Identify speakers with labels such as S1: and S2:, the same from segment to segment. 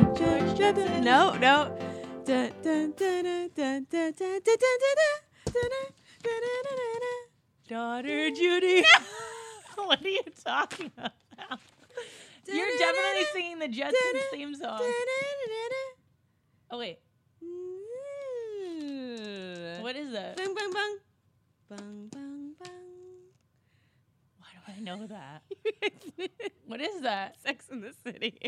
S1: No, no. Dun, dun, dun, dun, dun, dun, dun, dun, dun, dun, dun, dun, dun, dun, dun, dun. Daughter Judy.
S2: What are you talking about? You're definitely singing the Jetsons theme song. Oh wait, what is that?
S1: Bang, bang, bang. Bang, bang, bang.
S2: Why do I know that? What is that?
S1: Sex in the City.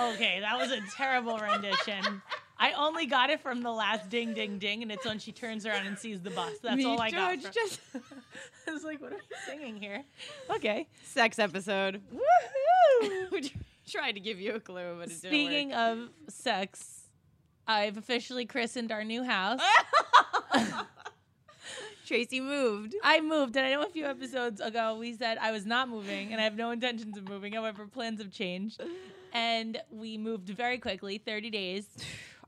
S2: Okay, that was a terrible rendition. I only got it from the last ding ding ding, and it's when she turns around and sees the bus. That's
S1: Me,
S2: all I got.
S1: George,
S2: From.
S1: just
S2: I was like, what are we singing here? Okay.
S1: sex episode.
S2: Woohoo!
S1: We tried to give you a clue, but it
S2: Speaking of sex, I've officially christened our new house.
S1: didn't work. Tracy moved.
S2: I moved, and I know a few episodes ago we said I was not moving, and I have no intentions of moving. However, plans have changed, and we moved very quickly 30 days.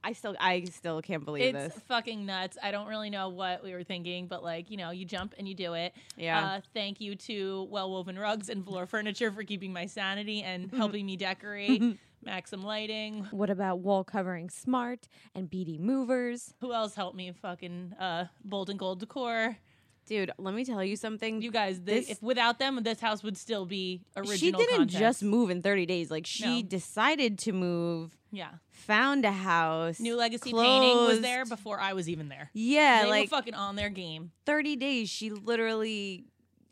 S1: I still, I still can't believe
S2: It's
S1: this.
S2: fucking nuts. I don't really know what we were thinking, but like, you know, you jump and you do it.
S1: Yeah.
S2: Uh, thank you to Well Woven Rugs and Floor Furniture for keeping my sanity and helping me decorate. Maxim Lighting.
S3: What about wall covering smart and beady movers?
S2: Who else helped me? Fucking uh, Bold and Gold Decor.
S1: Dude, let me tell you something.
S2: You guys, this,
S1: This-
S2: if without them, this house would still be original.
S1: she didn't
S2: context.
S1: just move in 30 days. Like she
S2: No.
S1: decided to move,
S2: Yeah.
S1: found a house.
S2: New Legacy Painting was
S1: closed.
S2: there before I was even there.
S1: Yeah,
S2: they
S1: like
S2: were fucking on their game.
S1: 30 days she literally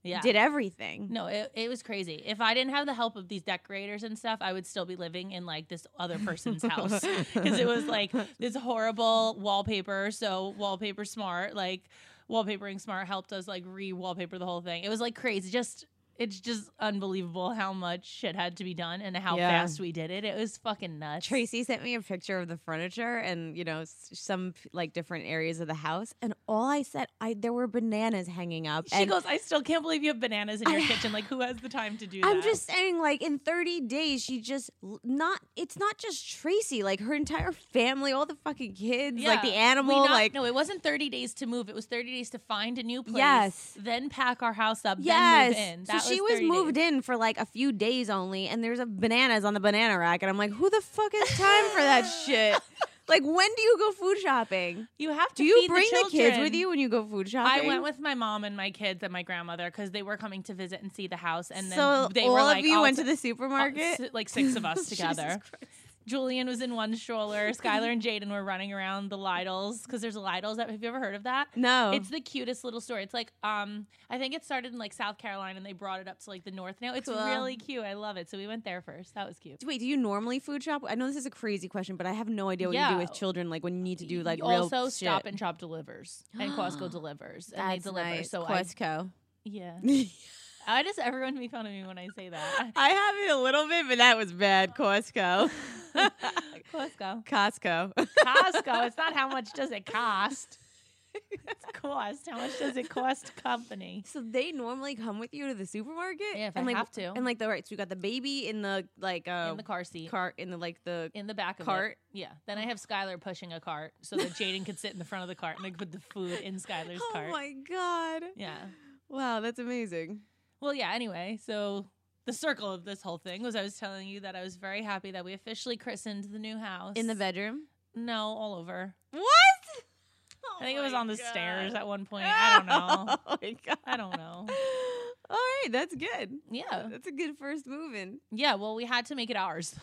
S2: Yeah.
S1: did everything.
S2: no, it, it was crazy. If I didn't have the help of these decorators and stuff, I would still be living in like this other person's house because it was like this horrible wallpaper. So wallpaper smart, like wallpapering smart helped us like re-wallpaper the whole thing. It was like crazy. Just it's just unbelievable how much shit had to be done and how
S1: Yeah.
S2: fast we did it. It was fucking nuts.
S1: Tracy sent me a picture of the furniture and you know s- some like different areas of the house and all I said I there were bananas hanging up
S2: She
S1: and
S2: goes, I still can't believe you have bananas in your kitchen. Like, who has the time to do that?
S1: I'm just saying, like in 30 days, she just l- not. It's not just Tracy, like her entire family, all the fucking kids, like the
S2: Yeah.
S1: animal,
S2: We not-
S1: like
S2: no, it wasn't 30 days to move. It was 30 days to find a new place.
S1: Yes.
S2: Then pack our house up.
S1: yes.
S2: Then move in.
S1: So
S2: That
S1: she was
S2: 30
S1: moved
S2: days.
S1: in for like a few days only, and there's a bananas on the banana rack, and I'm like, who the fuck has time for that shit? Like, when do you go food shopping?
S2: You have to.
S1: Do you
S2: feed
S1: bring the, kids with
S2: children.
S1: you when you go food shopping?
S2: I went with my mom and my kids and my grandmother because they were coming to visit and see the house. And then
S1: so
S2: they
S1: all
S2: were
S1: of
S2: like,
S1: you
S2: all
S1: went
S2: t-
S1: to the
S2: all-
S1: supermarket.
S2: s- like six of us
S1: Jesus
S2: together.
S1: Christ.
S2: Julian was in one stroller. Skylar and Jaden were running around the Lidles because there's Lidles. That have you ever heard of that?
S1: No,
S2: It's the cutest little store. It's like um I think it started in like South Carolina and they brought it up to like the north now. It's
S1: Cool.
S2: really cute. I love it. So we went there first. That was cute.
S1: Wait, do you normally food shop? I know this is a crazy question, but I have no idea what you
S2: Yeah.
S1: do with children, like when you need to do
S2: You
S1: like real
S2: also stop
S1: shit.
S2: and shop delivers and Costco delivers and
S1: That's
S2: they deliver.
S1: nice.
S2: So I
S1: Costco.
S2: yeah.
S1: I,
S2: Why does everyone make fun of me when I say that?
S1: have it a little bit, but that was bad. Costco.
S2: Costco.
S1: Costco.
S2: Costco. It's not how much does it cost. It's cost. How much does it cost company?
S1: So they normally come with you to the supermarket.
S2: Yeah, if
S1: and
S2: I
S1: like,
S2: have to.
S1: And like the right, so you got the baby in the like uh,
S2: in the car seat.
S1: cart in the like the
S2: in the back of
S1: Cart?
S2: It. Yeah. Then I have Skylar pushing a cart so that Jaden could sit in the front of the cart and they could put the food in Skylar's
S1: Oh
S2: cart.
S1: my god!
S2: Yeah.
S1: Wow, that's amazing.
S2: Well, yeah, anyway, so the circle of this whole thing was I was telling you that I was very happy that we officially christened the new house.
S1: In the bedroom.
S2: No, all over.
S1: What?
S2: I think it was on the stairs at one point. I don't know.
S1: Oh my god.
S2: I don't know.
S1: All right, that's good.
S2: Yeah.
S1: That's a good first moving.
S2: Yeah, well, we had to make it ours.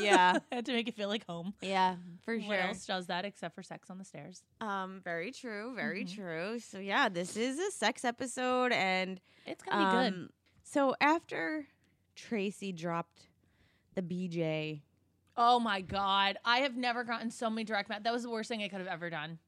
S1: Yeah.
S2: had to make it feel like home.
S1: Yeah, for
S2: What else does that except for sex on the stairs?
S1: Um, very true, very
S2: Mhm.
S1: true. So yeah, this is a sex episode and
S2: It's going to be good.
S1: um, So after Tracy dropped the BJ,
S2: Oh my God. I have never gotten so many direct messages. That was the worst thing I could have ever done.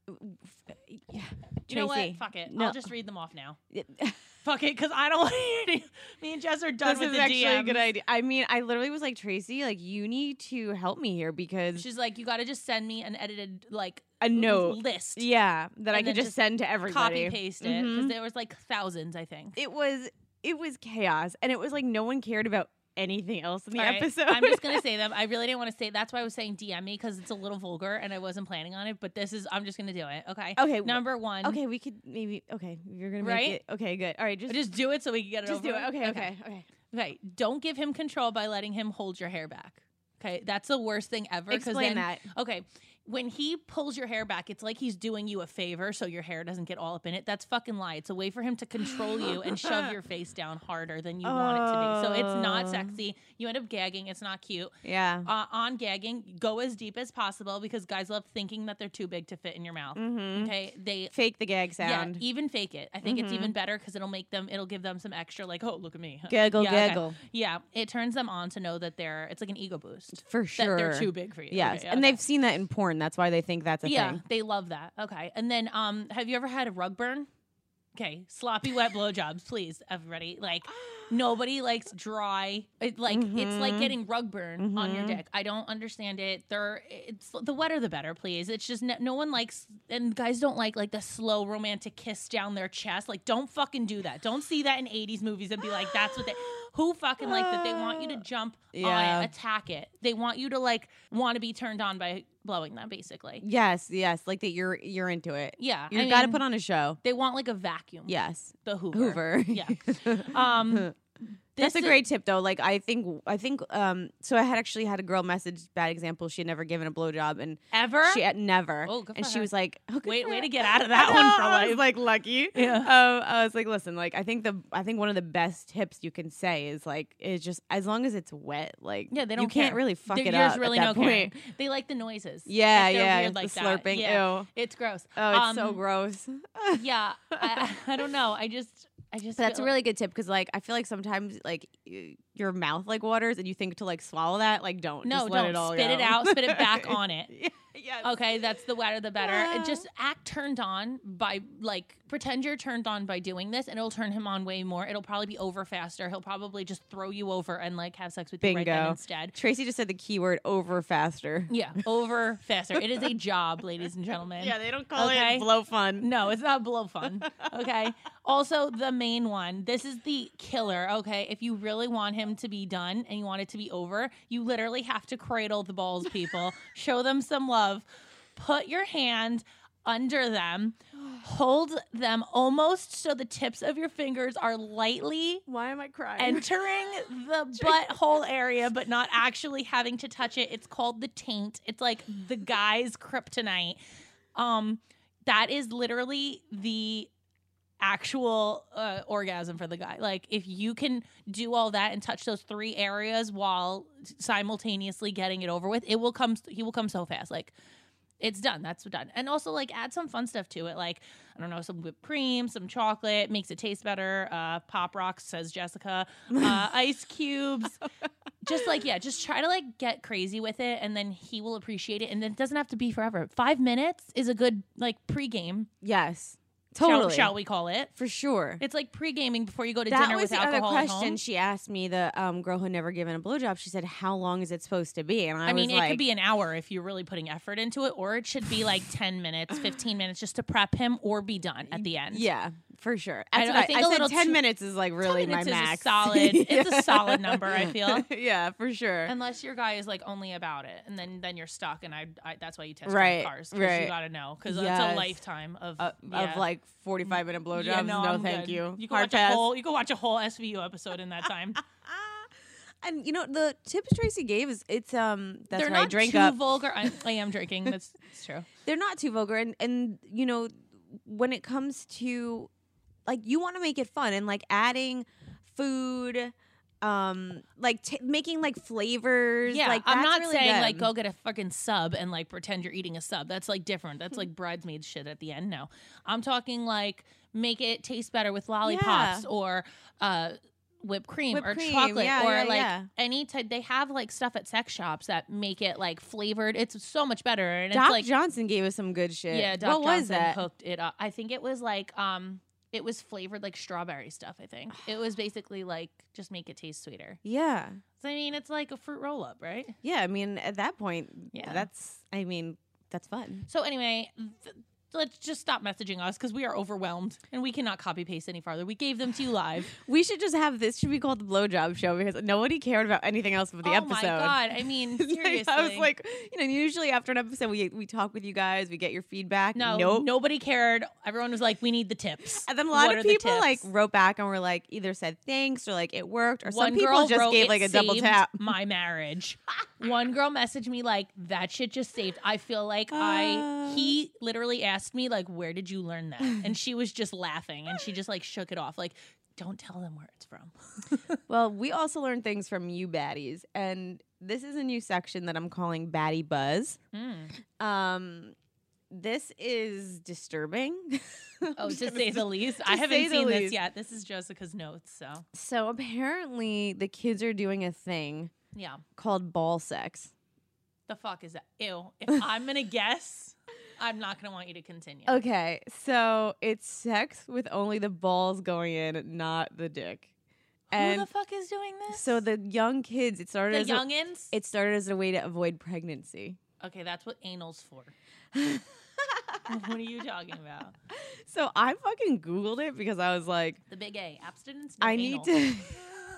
S1: yeah,
S2: You know what?
S1: Tracy.
S2: Fuck it.
S1: No.
S2: I'll just read them off now. Fuck it, because I don't want to hear any. Me and Jess are done
S4: this
S2: with
S4: is
S2: the
S4: actually a
S2: DMs.
S4: good idea.
S1: I mean, I literally was like, Tracy, like, you need to help me here because
S2: She's like, you got to just send me an edited like
S1: a note.
S2: list.
S1: Yeah, that I
S2: And
S1: could
S2: then
S1: just
S2: just
S1: send to everybody.
S2: Copy paste it because
S1: Mhm.
S2: there was like thousands, I think.
S1: It was it was chaos, and it was like no one cared about anything else in the
S2: All right,
S1: episode.
S2: I'm just gonna say them. I really didn't want to say. That's why I was saying DM me because it's a little vulgar and I wasn't planning on it. But this is. I'm just gonna do it. Okay.
S1: okay, wh-
S2: Number one.
S1: Okay, we could maybe. Okay, you're gonna
S2: Right?
S1: make it. Okay, good. All right, just
S2: Just do it so we can get it.
S1: just do
S2: over
S1: it.
S2: with.
S1: Okay, okay, okay.
S2: Okay. Don't give him control by letting him hold your hair back. Okay. That's the worst thing ever. 'cause
S1: Explain
S2: then-
S1: that.
S2: Okay. When he pulls your hair back, it's like he's doing you a favor so your hair doesn't get all up in it. That's fucking lie. It's a way for him to control you and shove your face down harder than you want it to be. So it's not
S1: Oh.
S2: sexy. You end up gagging. It's not cute.
S1: Yeah.
S2: Uh, on gagging, go as deep as possible because guys love thinking that they're too big to fit in your mouth.
S1: Mm-hmm.
S2: Okay. They
S1: Fake the gag sound.
S2: yeah, even fake it. I think it's
S1: Mhm.
S2: even better because it'll make them, it'll give them some extra, like, oh, look at me.
S1: Gaggle,
S2: Yeah, okay.
S1: gaggle.
S2: Yeah, it turns them on to know that they're, it's like an ego boost.
S1: For
S2: That
S1: sure.
S2: they're too big for you.
S1: Yes,
S2: Okay,
S1: and
S2: okay.
S1: they've seen that in porn. That's why they think that's a
S2: yeah,
S1: thing.
S2: they love that. Okay. And then, um, have you ever had a rug burn? Okay. Sloppy, wet blowjobs, please, everybody. Like, nobody likes dry. It, like, it's like
S1: Mhm.
S2: getting rug burn on your
S1: Mhm.
S2: dick. I don't understand it. They're, it's the wetter the better, please. It's just no, no one likes, and guys don't like like the slow romantic kiss down their chest. Like, don't fucking do that. Don't see that in 80s movies and be like, that's what they. Who fucking likes that? They want you to jump
S1: Yeah.
S2: on it, attack it. They want you to like want to be turned on by blowing them, basically.
S1: Yes, yes, like that. You're you're into it.
S2: Yeah,
S1: You
S2: I
S1: got to
S2: mean,
S1: put on a show.
S2: They want like a vacuum.
S1: Yes,
S2: the Hoover.
S1: Hoover.
S2: Yeah. Um,
S1: That's
S2: this
S1: a
S2: is-
S1: great tip, though. Like, I think, I think, um, so I had actually had a girl message bad example. She had never given a blowjob, and
S2: ever.
S1: she had never.
S2: Oh, good
S1: and
S2: for
S1: she
S2: her.
S1: was like, oh, good
S2: Wait,
S1: for
S2: way
S1: her.
S2: to get out of
S1: I
S2: that one
S1: know,
S2: for
S1: I was like
S2: life.
S1: lucky.
S2: Yeah.
S1: Um, I was like, listen, like I think the I think one of the best tips you can say is like is just as long as it's wet, like
S2: Yeah, they
S1: you
S2: don't
S1: can't
S2: care.
S1: really fuck
S2: There-
S1: it
S2: there's
S1: up
S2: really
S1: at
S2: no
S1: that point.
S2: caring. They like the noises.
S1: Yeah,
S2: Like, they're
S1: yeah,
S2: weird
S1: the
S2: like that.
S1: slurping.
S2: Yeah.
S1: Ew.
S2: It's gross.
S1: Oh, it's so
S2: Um,
S1: gross.
S2: Yeah, I, I don't know. I just, I just.
S1: So that's a
S2: feel-
S1: really good tip because, like, I feel like sometimes, like, y- your mouth like waters, and you think to like swallow that. Like, don't
S2: No,
S1: just let
S2: don't
S1: it all
S2: spit it
S1: go.
S2: out. Spit it back on it.
S1: Yeah, yes.
S2: Okay, that's the wetter the better.
S1: Yeah.
S2: It Just act turned on by like pretend you're turned on by doing this, and it'll turn him on way more. It'll probably be over faster. He'll probably just throw you over and like have sex with you right then
S1: Bingo.
S2: instead.
S1: Tracy just said the keyword over faster.
S2: Yeah, over faster. It is a job, ladies and gentlemen.
S1: they don't call
S2: Okay.
S1: blow fun.
S2: No, it's not blow fun. Okay. also, the main one. This is the killer. Okay. If you really want him to be done and you want it to be over, you literally have to cradle the balls, people. Show them some love. Put your hand under them. Hold them almost so the tips of your fingers are lightly
S1: Why am I crying?
S2: entering the butthole area but not actually having to touch it. It's called the taint. It's like the guy's kryptonite. Um that is literally the actual uh, orgasm for the guy. Like if you can do all that and touch those three areas while simultaneously getting it over with, it will come he will come so fast. Like it's done. That's done. And also like add some fun stuff to it. Like I don't know, some whipped cream, some chocolate, makes it taste better. Uh, Pop rocks, says Jessica. Uh, ice cubes. just like, yeah, just try to like get crazy with it and then he will appreciate it. And then it doesn't have to be forever. Five minutes is a good like pregame.
S1: yes,
S2: shall-
S1: totally.
S2: Shall, we call it?
S1: For sure.
S2: It's like pre-gaming before you go to
S1: that
S2: dinner
S1: was
S2: with
S1: the other
S2: alcohol at
S1: question
S2: home.
S1: she asked me. The um, girl who had never given a blowjob. She said, "How long is it supposed to be?" And I,
S2: I mean,
S1: was like,
S2: it could be an hour if you're really putting effort into it, or it should be like 10 minutes, 15 minutes just to prep him or be done at the end.
S1: Yeah, for sure. That's
S2: I don't-
S1: what
S2: I think a
S1: said
S2: little
S1: ten
S2: too-
S1: minutes is like
S2: 10
S1: really
S2: minutes
S1: my
S2: is a
S1: max.
S2: solid- it's a
S1: Yeah.
S2: solid number, I feel.
S1: yeah, for sure.
S2: Unless your guy is like only about it, and then then you're stuck, and I, I that's why you test
S1: Right,
S2: drive cars because you
S1: right.
S2: gotta know because
S1: Yes.
S2: a lifetime of
S1: Uh,
S2: yeah.
S1: Of like forty-five minute blowjobs.
S2: Yeah,
S1: no,
S2: I'm
S1: thank
S2: good.
S1: you.
S2: You can
S1: Hard
S2: watch
S1: pass.
S2: a whole you can watch a whole SVU episode in that time.
S1: and you know the tips Tracy gave is it's um that's
S2: They're
S1: right.
S2: not
S1: drink
S2: too
S1: up.
S2: vulgar. I, I am drinking. That's it's true.
S1: They're not too vulgar, and and you know when it comes to like you want to make it fun and like adding food. Um, like t- making like flavors.
S2: Yeah,
S1: like
S2: I'm
S1: that's
S2: not
S1: really
S2: saying like
S1: good.
S2: go get a fucking sub and like pretend you're eating a sub. That's like different. That's
S1: Hmm.
S2: like bridesmaid shit at the end. No, I'm talking like make it taste better with lollipops or uh, whipped cream
S1: Whipped
S2: or
S1: cream,
S2: chocolate
S1: yeah,
S2: or
S1: yeah,
S2: like
S1: yeah.
S2: any type. They have like stuff at sex shops that make it like flavored. It's so much better, and
S1: Doc
S2: it's like
S1: Johnson gave us some good shit.
S2: yeah. Doc
S1: what
S2: Johnson
S1: was that?
S2: Cooked it up. I think it was like um, it was flavored like strawberry stuff. I think it was basically like just make it taste sweeter.
S1: Yeah,
S2: So, I mean, it's like a fruit roll up, right?
S1: yeah. I mean, at that point,
S2: Yeah.
S1: yeah, that's. I mean, that's fun.
S2: So anyway, th- let's just stop messaging us because we are overwhelmed and we cannot copy paste any farther. We gave them to you live.
S1: We should just have this. Should be called the blowjob show because nobody cared about anything else but the
S2: oh
S1: episode.
S2: my god! I mean,
S1: It's
S2: seriously,
S1: like- I was like, you know, usually after an episode, we we talk with you guys, we get your feedback.
S2: no,
S1: nope.
S2: nobody cared. Everyone was like, we need the tips.
S1: And then a lot
S2: What
S1: of
S2: are the
S1: people like
S2: tips?
S1: wrote back and were like, either said thanks or like it worked, or
S2: One
S1: some people
S2: girl
S1: just
S2: wrote,
S1: gave
S2: "It
S1: like a double
S2: saved
S1: tap.
S2: My marriage. One girl messaged me like that shit just saved. I feel like I.
S1: Uh.
S2: He literally asked me like, where did you learn that? And she was just laughing and she just like shook it off. Like, don't tell them where it's from.
S1: Well, we also learned things from you baddies, and this is a new section that I'm calling Baddie Buzz. Um, this is disturbing.
S2: Oh, to say the least. I
S1: To
S2: haven't
S1: say the
S2: seen this
S1: least.
S2: yet. This is Jessica's notes. So,
S1: So apparently, the kids are doing a thing
S2: yeah.
S1: called ball sex.
S2: The fuck is that? Ew. If I'm going to guess, I'm not going to want you to continue.
S1: Okay, so it's sex with only the balls going in, not the dick.
S2: Who
S1: and
S2: the fuck is doing this?
S1: so the young kids, it started
S2: the
S1: as a-
S2: youngins?
S1: It started as a way to avoid pregnancy.
S2: okay, that's what anal's for. what are you talking about?
S1: So I fucking googled it because I was like,
S2: The big A, abstinence. no
S1: I need
S2: anal.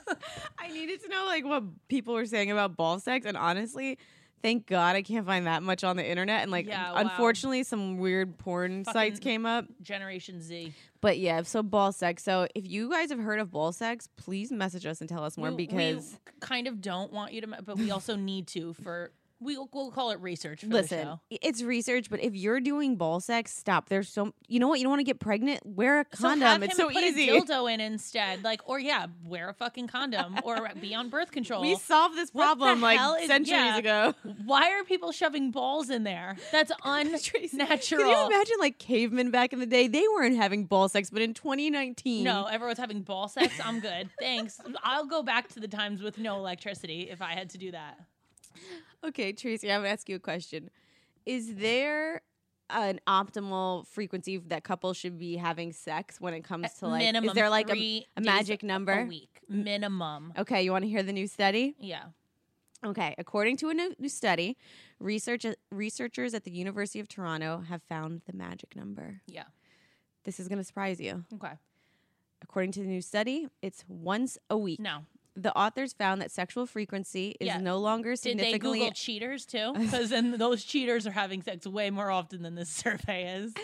S1: to I needed to know like what people were saying about ball sex and honestly, thank god I can't find that much on the internet and like
S2: Yeah, wow.
S1: unfortunately some weird porn sites
S2: Fucking-
S1: came up.
S2: Generation Z.
S1: But yeah, so ball sex. So if you guys have heard of ball sex, please message us and tell us more
S2: We-
S1: because
S2: we kind of don't want you to, me- but we also need to for we we'll call it research. For the
S1: Listen,
S2: show.
S1: i- it's research, but if you're doing ball sex, stop. There's so you know what you don't want to get pregnant. Wear a
S2: So have
S1: condom.
S2: him
S1: it's so
S2: put
S1: easy.
S2: a dildo in instead, like, or yeah, wear a fucking condom, or be on birth control.
S1: We solved this
S2: What the
S1: problem like
S2: hell is-
S1: centuries
S2: yeah.
S1: ago.
S2: Why are people shoving balls in there? That's unnatural.
S1: Can you imagine like cavemen back in the day? They weren't having ball sex, but in 2019,
S2: No, everyone's having ball sex. I'm good. Thanks. I'll go back to the times with no electricity if I had to do that.
S1: Okay, Tracy, I'm gonna ask you a question. Is there an optimal frequency that couples should be having sex when it comes to like?
S2: Minimum
S1: is there like a,
S2: three
S1: a
S2: days
S1: magic number?
S2: a week minimum.
S1: Okay, you want to hear the new study?
S2: Yeah.
S1: Okay, according to a new, new study, research, researchers at the University of Toronto have found the magic number.
S2: Yeah.
S1: This is going to surprise you.
S2: Okay.
S1: According to the new study, it's once a week.
S2: No.
S1: The authors found that sexual frequency is
S2: Yeah.
S1: no longer
S2: Did they
S1: significantly
S2: Google cheaters too? Because then those cheaters are having sex way more often than this survey is.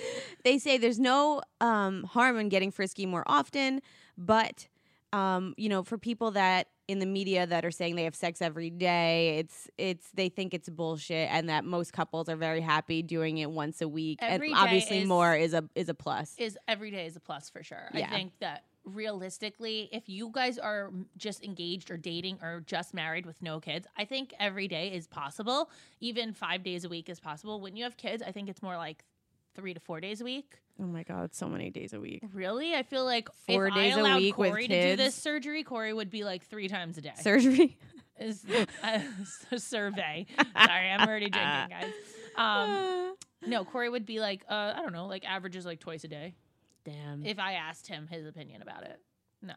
S1: they say there's no um, harm in getting frisky more often, but um, you know, for people that in the media that are saying they have sex every day, it's it's they think it's bullshit, and that most couples are very happy doing it once a week,
S2: Every day
S1: and obviously
S2: is-
S1: more is a is a plus.
S2: Is every day is a plus for sure. I
S1: Yeah.
S2: think that realistically, if you guys are m- just engaged or dating or just married with no kids, I think every day is possible. Even five days a week is possible. When you have kids, I think it's more like three to four days a week.
S1: oh my god, so many days a week.
S2: Really, I feel like
S1: Four
S2: if
S1: days
S2: I
S1: a
S2: allowed
S1: week with
S2: Corey to do this
S1: kids.
S2: surgery, Corey would be like three times a day.
S1: Surgery.
S2: is a survey. Sorry, I'm already drinking, guys. Um, no, Corey would be like, uh, I don't know, like averages like twice a day.
S1: damn,
S2: If I asked him his opinion about it, no,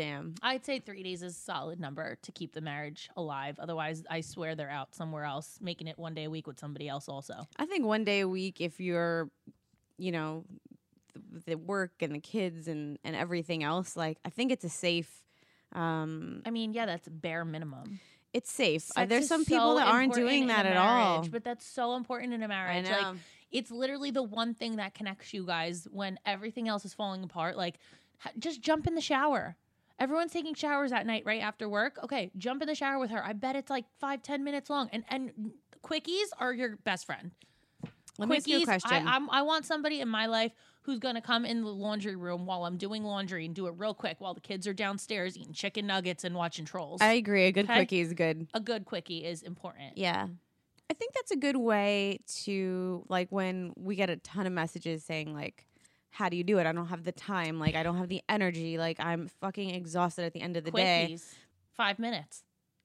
S1: damn.
S2: I'd say three days is a solid number to keep the marriage alive. Otherwise, I swear they're out somewhere else, making it one day a week with somebody else. Also,
S1: I think one day a week, if you're, you know, th- the work and the kids and and everything else, like I think it's a safe. Um,
S2: I mean, yeah, that's bare minimum.
S1: it's safe. Uh,
S2: Sex
S1: There's
S2: is
S1: some people
S2: so
S1: that aren't
S2: important
S1: doing
S2: in a
S1: that at
S2: marriage,
S1: all.
S2: but that's so important in a
S1: I
S2: marriage.
S1: know.
S2: Like, it's literally the one thing that connects you guys when everything else is falling apart. Like, h- just jump in the shower. Everyone's taking showers at night right after work. Okay, jump in the shower with her. I bet it's like five, ten minutes long. And and quickies are your best friend.
S1: Let me ask you a question.
S2: I, I'm, I want somebody in my life who's going to come in the laundry room while I'm doing laundry and do it real quick while the kids are downstairs eating chicken nuggets and watching trolls.
S1: I
S2: A
S1: agree. A good
S2: Okay.
S1: quickie is good.
S2: good quickie is important.
S1: Yeah. I think that's a good way to like when we get a ton of messages saying like how do you do it? I don't have the time. Like I don't have the energy. Like I'm fucking exhausted at the end of the day.
S2: quickies. Five minutes.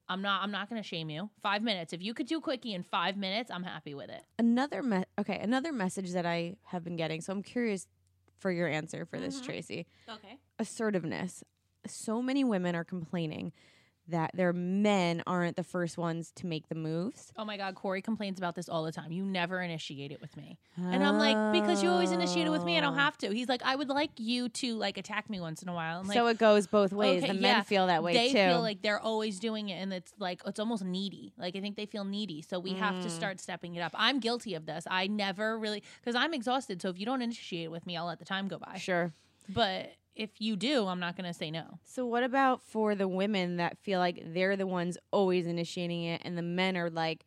S2: I'm not. I'm not going to shame you. Five minutes. If you could do quickie in five minutes, I'm happy with it.
S1: Another me- okay, another message that I have been getting. So I'm curious for your answer for this,
S2: Mhm.
S1: Tracy.
S2: Okay.
S1: Assertiveness. So many women are complaining that their men aren't the first ones to make the moves.
S2: Oh my God, Corey complains about this all the time. You never initiate it with me, and I'm like, because you always initiate it with me, I don't
S1: Oh.
S2: have to. He's like, I would like you to like attack me once in a while. I'm like,
S1: so it goes both ways.
S2: okay,
S1: the men
S2: yeah,
S1: feel that way
S2: they
S1: too.
S2: feel like they're always doing it, and it's like it's almost needy. Like I think they feel needy, so we have to
S1: Mm.
S2: start stepping it up. I'm guilty of this. I never really because I'm exhausted. So if you don't initiate it with me, I'll let the time go by.
S1: sure.
S2: But if you do, I'm not going to say no.
S1: So what about for the women that feel like they're the ones always initiating it and the men are like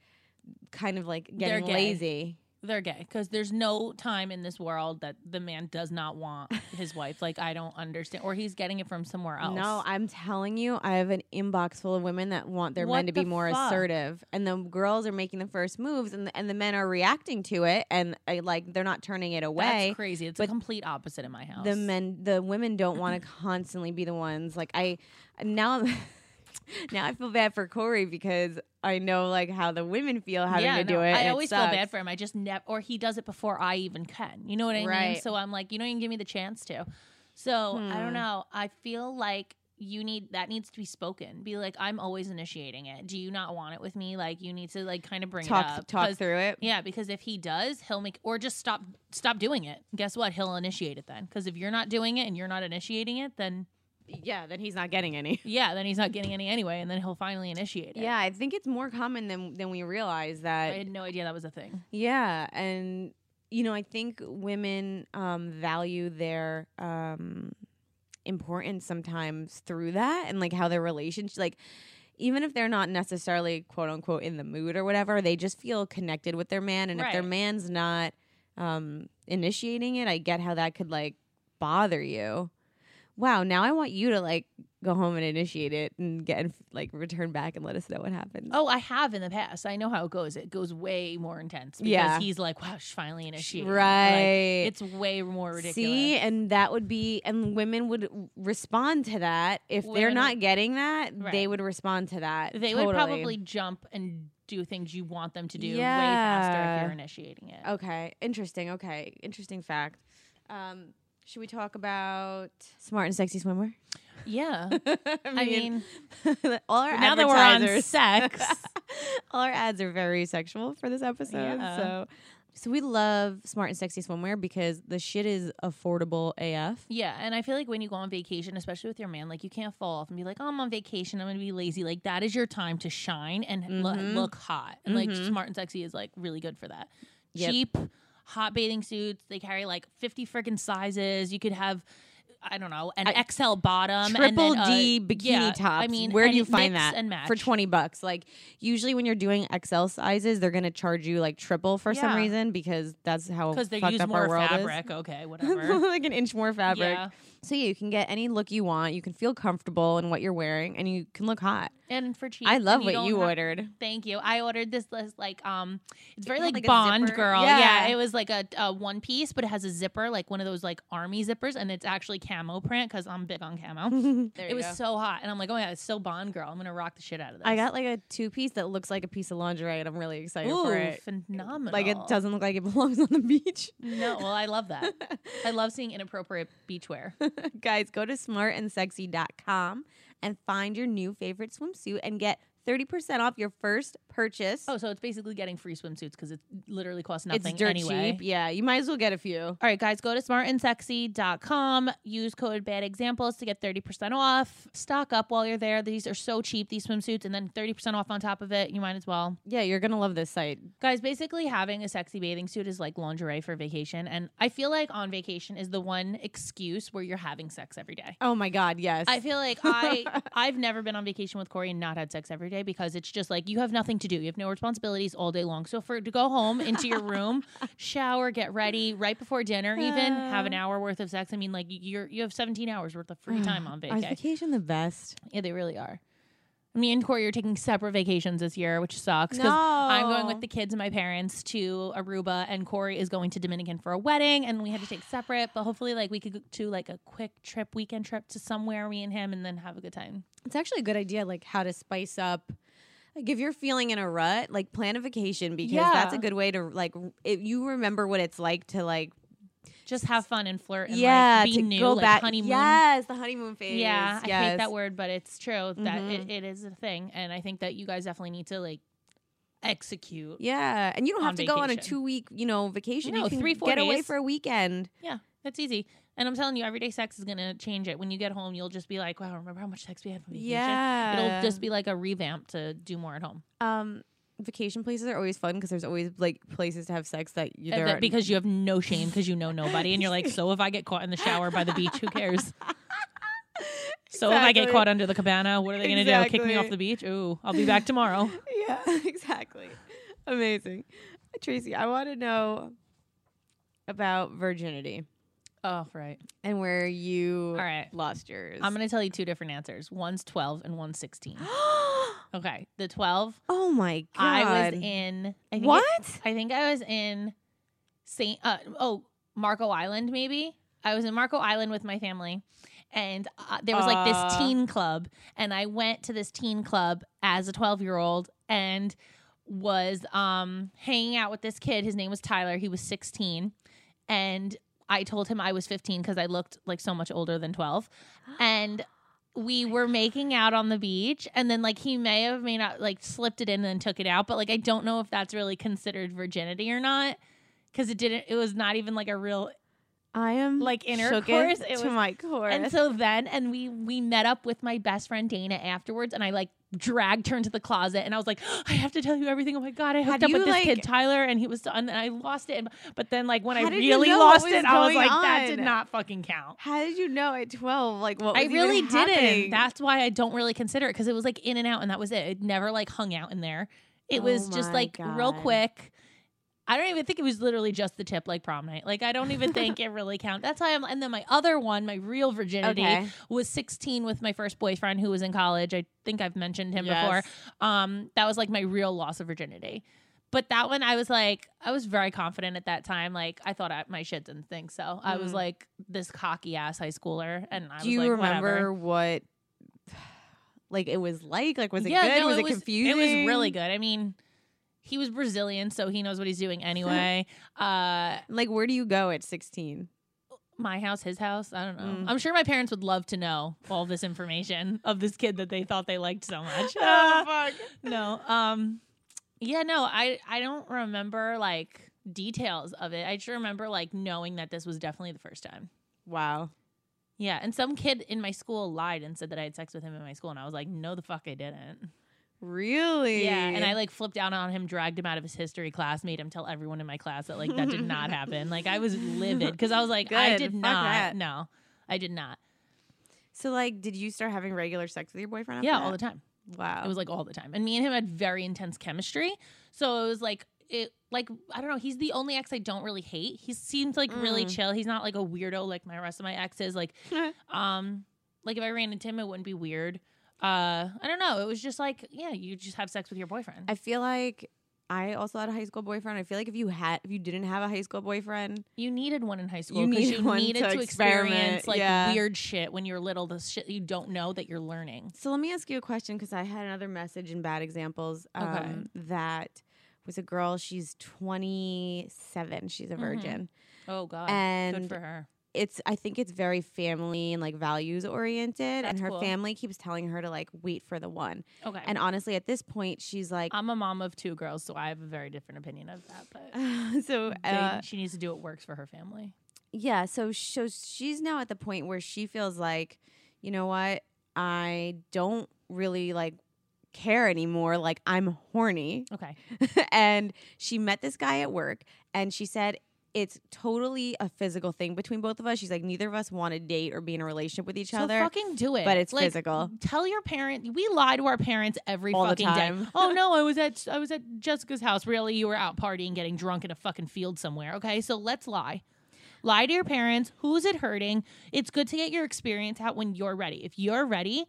S1: kind of like
S2: They're
S1: getting
S2: gay.
S1: lazy?
S2: They're gay because there's no time in this world that the man does not want his wife. Like I don't understand, or he's getting it from somewhere else.
S1: No, I'm telling you, I have an inbox full of women that want their
S2: What
S1: men to be
S2: the
S1: more
S2: fuck?
S1: assertive, and the girls are making the first moves, and the, and the men are reacting to it, and uh, like they're not turning it away.
S2: that's crazy. It's the
S1: but
S2: complete opposite in my house.
S1: The men, the women don't want to constantly be the ones. Like I now, now I feel bad for Corey because I know like how the women feel having
S2: yeah,
S1: to do
S2: no,
S1: it. and
S2: I
S1: it
S2: always
S1: sucks.
S2: feel bad for him. I just never, or he does it before I even can. You know what I mean?
S1: Right.
S2: So I'm like, you don't even give me the chance to. So I don't
S1: Hmm.
S2: know. I feel like you need that needs to be spoken. Be like, I'm always initiating it. Do you not want it with me? Like you need to like kind of bring it
S1: talk
S2: up.
S1: talk
S2: 'cause-
S1: through it.
S2: Yeah, because if he does, he'll make or just stop stop doing it. Guess what? He'll initiate it then. Because if you're not doing it and you're not initiating it, then
S1: Yeah, then he's not getting any.
S2: yeah, then he's not getting any anyway, and then he'll finally initiate it.
S1: Yeah, I think it's more common than than we realize
S2: I
S1: that.
S2: had no idea that was a thing.
S1: yeah, and you know, I think women um, value their um, importance sometimes through that, and like how their relationship, like even if they're not necessarily quote unquote in the mood or whatever, they just feel connected with their man, and if their
S2: Right.
S1: man's not um, initiating it, I get how that could like bother you. Wow, now I want you to like go home and initiate it and get like return back and let us know what happens.
S2: Oh, I have in the past. I know how it goes. It goes way more intense because
S1: Yeah.
S2: he's like, wow, she's finally initiated. Like,
S1: Right.
S2: it's way more ridiculous.
S1: See, and that would be, and women would respond to that if they're
S2: Women-
S1: not getting that. They
S2: Right.
S1: would respond to that.
S2: they would
S1: Totally.
S2: probably jump and do things you want them to do way
S1: Yeah. Oh.
S2: faster if you're initiating it.
S1: Okay, interesting. Okay, interesting fact. Um, should we talk about smart and sexy swimwear?
S2: Yeah.
S1: I
S2: I mean,
S1: all our
S2: now that we're on
S1: advertisers-
S2: sex.
S1: all our ads are very sexual for this episode.
S2: Yeah.
S1: So, so we love smart and sexy swimwear because the shit is affordable AF.
S2: yeah. And I feel like when you go on vacation, especially with your man, like you can't fall off and be like, oh, I'm on vacation. I'm going to be lazy. Like that is your time to shine and lo-
S1: Mhm.
S2: look hot. And like
S1: Mhm.
S2: smart and sexy is like really good for that.
S1: Yep.
S2: Cheap, hot bathing suits. They carry like 50 freaking sizes. You could have. I don't know an
S1: I-
S2: XL bottom,
S1: Triple
S2: and then, uh,
S1: D bikini
S2: yeah,
S1: tops.
S2: I mean,
S1: where do
S2: and
S1: you find
S2: mix
S1: that
S2: and match
S1: for twenty bucks? Like usually when you're doing XL sizes, they're gonna charge you like triple for some
S2: Yeah.
S1: reason because that's how
S2: Because they
S1: fucked
S2: use
S1: up
S2: more
S1: our world
S2: fabric. Okay,
S1: is.
S2: whatever.
S1: like an inch more fabric.
S2: Yeah.
S1: So yeah, you can get any look you want. You can feel comfortable in what you're wearing, and you can look hot.
S2: And for cheap,
S1: I
S2: and
S1: love what
S2: don't
S1: you
S2: have-
S1: ordered.
S2: Thank you. I ordered this list like um, it's very
S1: had,
S2: like,
S1: like, a
S2: Bond
S1: zipper.
S2: girl. Yeah.
S1: Yeah.
S2: it was like a, a one piece, but it has a zipper, like one of those like army zippers, and it's actually camo print because I'm big on camo.
S1: there
S2: it was so hot, and I'm like, oh yeah, it's so Bond girl. I'm gonna rock the shit out of this.
S1: I got like a two piece that looks like a piece of lingerie, and I'm really excited
S2: Ooh,
S1: for it.
S2: phenomenal.
S1: Like it doesn't look like it belongs on the beach.
S2: No, well, I love that. I love seeing inappropriate beachwear.
S1: Guys, go to smartandsexy.com and find your new favorite swimsuit and get 30% off your first purchase.
S2: Oh, so it's basically getting free swimsuits because it literally costs
S1: it's
S2: nothing
S1: dirt
S2: anyway.
S1: cheap. Yeah, you might as well get a few.
S2: All right, guys, go to smartandsexy.com. Use code bad examples to get 30% off. Stock up while you're there. These are so cheap, these swimsuits, and then 30% off on top of it. You might as well.
S1: Yeah, you're going to love this site.
S2: Guys, basically, having a sexy bathing suit is like lingerie for vacation. And I feel like on vacation is the one excuse where you're having sex every day.
S1: Oh my God, yes.
S2: I feel like I I've never been on vacation with Corey and not had sex every day because it's just like you have nothing to do. You have no responsibilities all day long. So for to go home into your room, shower, get ready right before dinner, even have an hour worth of sex. I mean, like you're you have 17 hours worth of free time on
S1: Is
S2: vacation.
S1: vacation the best?
S2: Yeah, they really are. Me and Corey are taking separate vacations this year, which sucks because I'm going
S1: No.
S2: with the kids and my parents to Aruba, and Corey is going to Dominican for a wedding, and we had to take separate. But hopefully, like we could go to like a quick trip, weekend trip to somewhere, me and him, and then have a good time.
S1: It's actually a good idea, like how to spice up. Like if you're feeling in a rut, like plan a vacation because that's
S2: Yeah.
S1: a good way to like r- if you remember what it's like to like
S2: Just have fun and flirt. And,
S1: yeah
S2: like, be
S1: to
S2: new,
S1: go
S2: like
S1: back
S2: honeymoon.
S1: yes the honeymoon phase
S2: Yeah, I hate
S1: yes.
S2: that word, but it's true that
S1: Mhm.
S2: it, it is a thing, and I think that you guys definitely need to like execute.
S1: yeah and you don't have
S2: On
S1: to go on a
S2: vacation.
S1: two week you know vacation
S2: No,
S1: you can
S2: three, four
S1: get away
S2: days.
S1: for a weekend
S2: Yeah, that's easy. And I'm telling you, everyday sex is gonna change it. When you get home, you'll just be like, "Wow, remember how much sex we had on vacation?"
S1: yeah
S2: It'll just be like a revamp to do more at home
S1: um vacation places are always fun because there's always like places to have sex that you
S2: And
S1: there
S2: that-
S1: are-
S2: because you have no shame because you know nobody, and you're like, "So if I get caught in the shower by the beach, who cares?" So if I get
S1: Exactly.
S2: caught under the cabana, what are they gonna do? Kick me off
S1: Exactly.
S2: the beach? Ooh, I'll be back tomorrow.
S1: yeah, exactly. Amazing. Tracy, I want to know about virginity
S2: oh, right.
S1: and where you
S2: All right.
S1: lost yours.
S2: I'm gonna tell you two different answers. One's 12 and one's 16.
S1: oh
S2: Okay, the 12.
S1: my god.
S2: I was in. I think it-
S1: What?
S2: I think I was in Saint. Uh, oh, Marco Island, maybe. I was in Marco Island with my family, and uh, there was like this
S1: Uh.
S2: teen club, and I went to this teen club as a twelve-year-old, and was um hanging out with this kid. His name was Tyler. He was sixteen, and I told him I was fifteen because I looked like so much older than twelve, and we were making out on the beach and then like he may have may not like slipped it in and then took it out but like i don't know if that's really considered virginity or not because it didn't it was not even like a real
S1: I am
S2: like,
S1: shooketh
S2: intercourse, it
S1: to
S2: was-
S1: my core.
S2: and so then and we we met up with my best friend dana afterwards and i like dragged her into the closet and i was like i have to tell you everything oh my god i hooked
S1: Had
S2: up with
S1: you,
S2: this kid
S1: like-
S2: tyler and he was done and i lost it but then like when i
S1: How did you
S2: really
S1: know
S2: lost
S1: what was
S2: it i was
S1: going
S2: like that did
S1: on?
S2: not fucking count
S1: How did you know at 12 like what
S2: I
S1: was
S2: really
S1: even
S2: didn't.
S1: happening?
S2: That's why I don't really consider it because it was like in and out, and that was it. It never like hung out in there. It
S1: Oh
S2: was just
S1: my
S2: like real
S1: God.
S2: quick. I don't even think it was literally just the tip, like prom night. Like I don't even think it really counted. That's why I'm. And then my other one, my real virginity,
S1: okay.
S2: was 16 with my first boyfriend who was in college. I think I've mentioned him before.
S1: Yes.
S2: Um, that was like my real loss of virginity. But that one, I was like, I was very confident at that time. Like, I thought I, my shit didn't think so. I was
S1: Mm.
S2: like this cocky ass high schooler, and I
S1: Do
S2: was
S1: you
S2: like,
S1: remember
S2: whatever.
S1: what like it was like? Like was it
S2: yeah,
S1: good?
S2: no,
S1: was it,
S2: was
S1: confusing?
S2: It was really good. I mean, he was Brazilian, so he knows what he's doing anyway. uh,
S1: Like where do you go at 16?
S2: my house, his house. I don't know.
S1: Mm.
S2: I'm sure my parents would love to know all this information of this kid that they thought they liked so much.
S1: fuck.
S2: no. Um yeah, no, I I don't remember like details of it. I just remember like knowing that this was definitely the first time.
S1: Wow.
S2: Yeah, and some kid in my school lied and said that I had sex with him in my school and I was like, "No the fuck I didn't."
S1: Really?
S2: Yeah, and I like flipped out on him, dragged him out of his history class, made him tell everyone in my class that like that did not happen. Like I was livid cuz I was like, "I
S1: Good,
S2: did
S1: fuck
S2: not."
S1: that.
S2: No. I did not.
S1: So like did you start having regular sex with your boyfriend after
S2: yeah,
S1: that?
S2: all the time.
S1: Wow.
S2: It was like all the time. And me and him had very intense chemistry. So it was like it like I don't know, he's the only ex I don't really hate. He seems like really
S1: Mm.
S2: chill. He's not like a weirdo like my rest of my exes. Like um like if I ran into him it wouldn't be weird. Uh I don't know. It was just like, yeah, you just have sex with your boyfriend.
S1: I feel like I also had a high school boyfriend. I feel like if you had if you didn't have a high school boyfriend,
S2: you needed one in high school because
S1: needed
S2: you
S1: one
S2: needed
S1: to
S2: to
S1: experiment,
S2: experience like
S1: yeah.
S2: weird shit when you're little, the shit you don't know that you're learning.
S1: So let me ask you a question because I had another message in bad examples um,
S2: Okay.
S1: that was a girl. She's 27. She's a
S2: Mhm.
S1: virgin,
S2: Oh god. Good
S1: and
S2: for her.
S1: it's I think it's very family and like values oriented.
S2: That's
S1: And her
S2: cool.
S1: family keeps telling her to like wait for the one.
S2: Okay.
S1: And honestly, at this point, she's like,
S2: I'm a mom of two girls, so I have a very different opinion of that, but
S1: so
S2: They-
S1: uh,
S2: she needs to do what works for her family.
S1: yeah. So so she's now at the point where she feels like, you know what, I don't really like care anymore. Like I'm horny.
S2: Okay.
S1: and she met this guy at work and she said it's totally a physical thing between both of us she's like neither of us want to date or be in a relationship with each
S2: So
S1: other
S2: fucking do it.
S1: but it's
S2: Like,
S1: physical
S2: Tell your parent. We lie to our parents every
S1: all the
S2: fucking day.
S1: time
S2: Oh no, I was at I was at Jessica's house. Really, you were out partying, getting drunk in a fucking field somewhere. Okay, so let's lie. Lie to your parents. Who's it hurting? It's good to get your experience out when you're ready. If you're ready,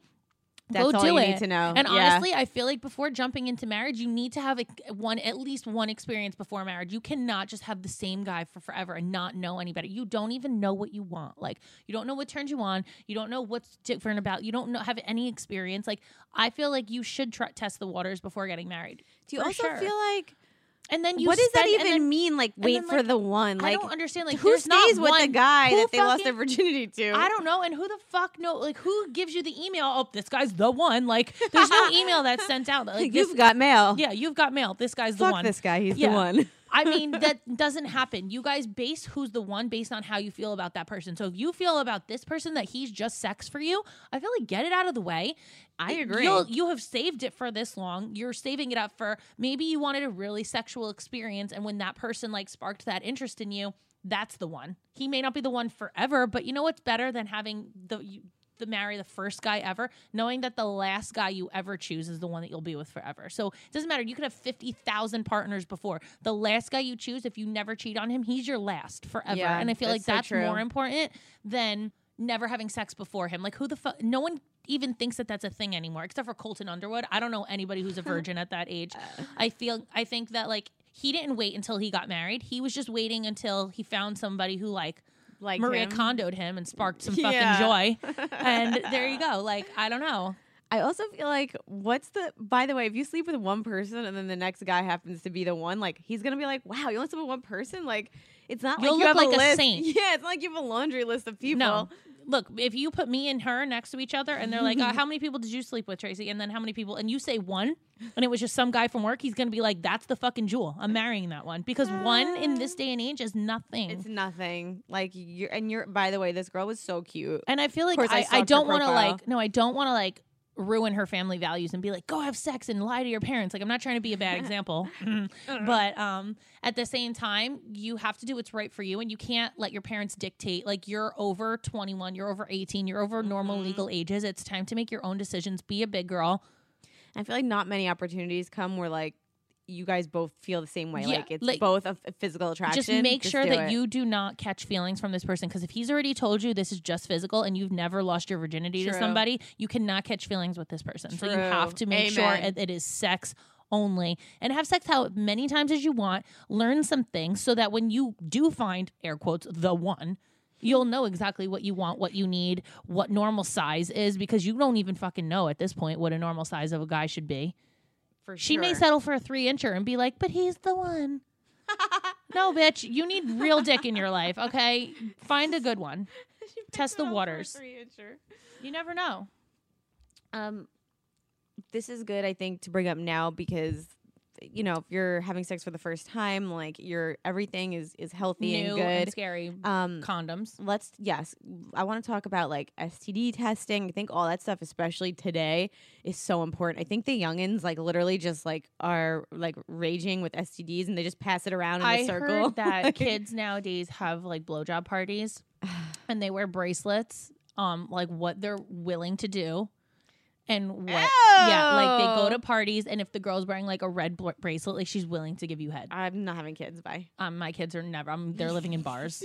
S1: That's
S2: Go
S1: all
S2: do
S1: you
S2: it.
S1: need to know.
S2: And
S1: Yeah.
S2: honestly, I feel like before jumping into marriage, you need to have a, one at least one experience before marriage. You cannot just have the same guy for forever and not know any better. You don't even know what you want. Like you don't know what turns you on. You don't know what's different about. You don't know, have any experience. Like I feel like you should tr- test the waters before getting married.
S1: do you
S2: for
S1: also
S2: sure.
S1: feel like
S2: And then you
S1: what does that
S2: spend- and
S1: even
S2: then-
S1: mean? Like
S2: and
S1: wait
S2: then,
S1: for
S2: like,
S1: the one. Like
S2: I don't understand. Like
S1: who
S2: there's not
S1: stays with
S2: one,
S1: the guy
S2: who
S1: that they lost
S2: fucking-
S1: their virginity to?
S2: I don't know. And who the fuck know? Like, who gives you the email? Oh, this guy's the one. Like, there's no email that's sent out. Like, this,
S1: You've got mail.
S2: yeah, you've got mail. This guy's the
S1: Fuck
S2: one.
S1: this guy. He's
S2: Yeah.
S1: the one.
S2: I mean, that doesn't happen. You guys base who's the one based on how you feel about that person. So if you feel about this person that he's just sex for you, I feel like get it out of the way.
S1: I
S2: It-
S1: agree.
S2: You'll, you have saved it for this long. You're saving it up for maybe you wanted a really sexual experience, and when that person like sparked that interest in you, that's the one. He may not be the one forever, but you know what's better than having the you, the marry the first guy ever, knowing that the last guy you ever choose is the one that you'll be with forever. So it doesn't matter. You could have fifty thousand partners before the last guy you choose. If you never cheat on him, he's your last forever.
S1: Yeah,
S2: and I feel like
S1: that's so
S2: that's
S1: true.
S2: more important than never having sex before him. Like who the fuck? No one even thinks that that's a thing anymore, except for Colton Underwood. I don't know anybody who's a virgin at that age.
S1: Uh.
S2: I feel I think that like he didn't wait until he got married. He was just waiting until he found somebody who like
S1: Like
S2: Maria
S1: him.
S2: condoed him and sparked some
S1: Yeah.
S2: fucking joy. And there you go. Like I don't know.
S1: I also feel like what's the by the way, if you sleep with one person and then the next guy happens to be the one, like he's gonna be like, Wow, you only sleep with one person? Like it's not
S2: You'll
S1: like
S2: look
S1: you have
S2: like
S1: a
S2: a
S1: list.
S2: saint.
S1: Yeah, it's not like you have a laundry list of people.
S2: No. Look, if you put me and her next to each other and they're like, uh, how many people did you sleep with, Tracy? And then how many people? And you say one, and it was just some guy from work, he's going to be like, that's the fucking jewel. I'm marrying that one. Because one in this day and age is nothing.
S1: It's nothing. Like you're and you're by the way, this girl was so cute.
S2: And I feel like
S1: course, I
S2: I,
S1: stalked
S2: I,
S1: her
S2: don't want to
S1: profile.
S2: like no, I don't want to like ruin her family values and be like go have sex and lie to your parents. Like I'm not trying to be a bad example,
S1: Mm-hmm.
S2: but um, at the same time, you have to do what's right for you, and you can't let your parents dictate. Like you're over 21, you're over 18, you're over normal
S1: Mm-hmm.
S2: legal ages. It's time to make your own decisions. Be a big girl.
S1: I feel like not many opportunities come where like you guys both feel the same way.
S2: Yeah,
S1: like it's
S2: like-
S1: both a, f- a physical attraction.
S2: Just make sure
S1: do
S2: that
S1: it.
S2: you do not catch feelings from this person because if he's already told you this is just physical and you've never lost your virginity to
S1: True.
S2: somebody, you cannot catch feelings with this person. So you
S1: True.
S2: have to make sure
S1: Amen.
S2: it, it is sex only and have sex how many times as you want. Learn some things so that when you do find air quotes the one. You'll know exactly what you want, what you need, what normal size is, because you don't even fucking know at this point what a normal size of a guy should be.
S1: For
S2: She may
S1: sure.
S2: settle for a three incher and be like, but he's the one. no, bitch, you need real dick in your life, okay? Find a good one. Test the waters. You never know.
S1: Um, this is good, I think, to bring up now because you know if you're having sex for the first time, like your everything is is healthy
S2: New
S1: and
S2: and
S1: good.
S2: scary
S1: Um,
S2: condoms.
S1: let's yes, I want to talk about like STD testing. I think all that stuff, especially today, is so important. I think the youngins like literally just like are like raging with STDs and they just pass it around in a
S2: I
S1: circle.
S2: heard that
S1: Like-
S2: kids nowadays have like blowjob parties and they wear bracelets, um, like what they're willing to do. And what, yeah, like they go
S1: Oh.
S2: to parties, and if the girl's wearing like a red bl- bracelet, like she's willing to give you head.
S1: I'm not having kids. Bye.
S2: Um, my kids are never. I'm, they're living in bars,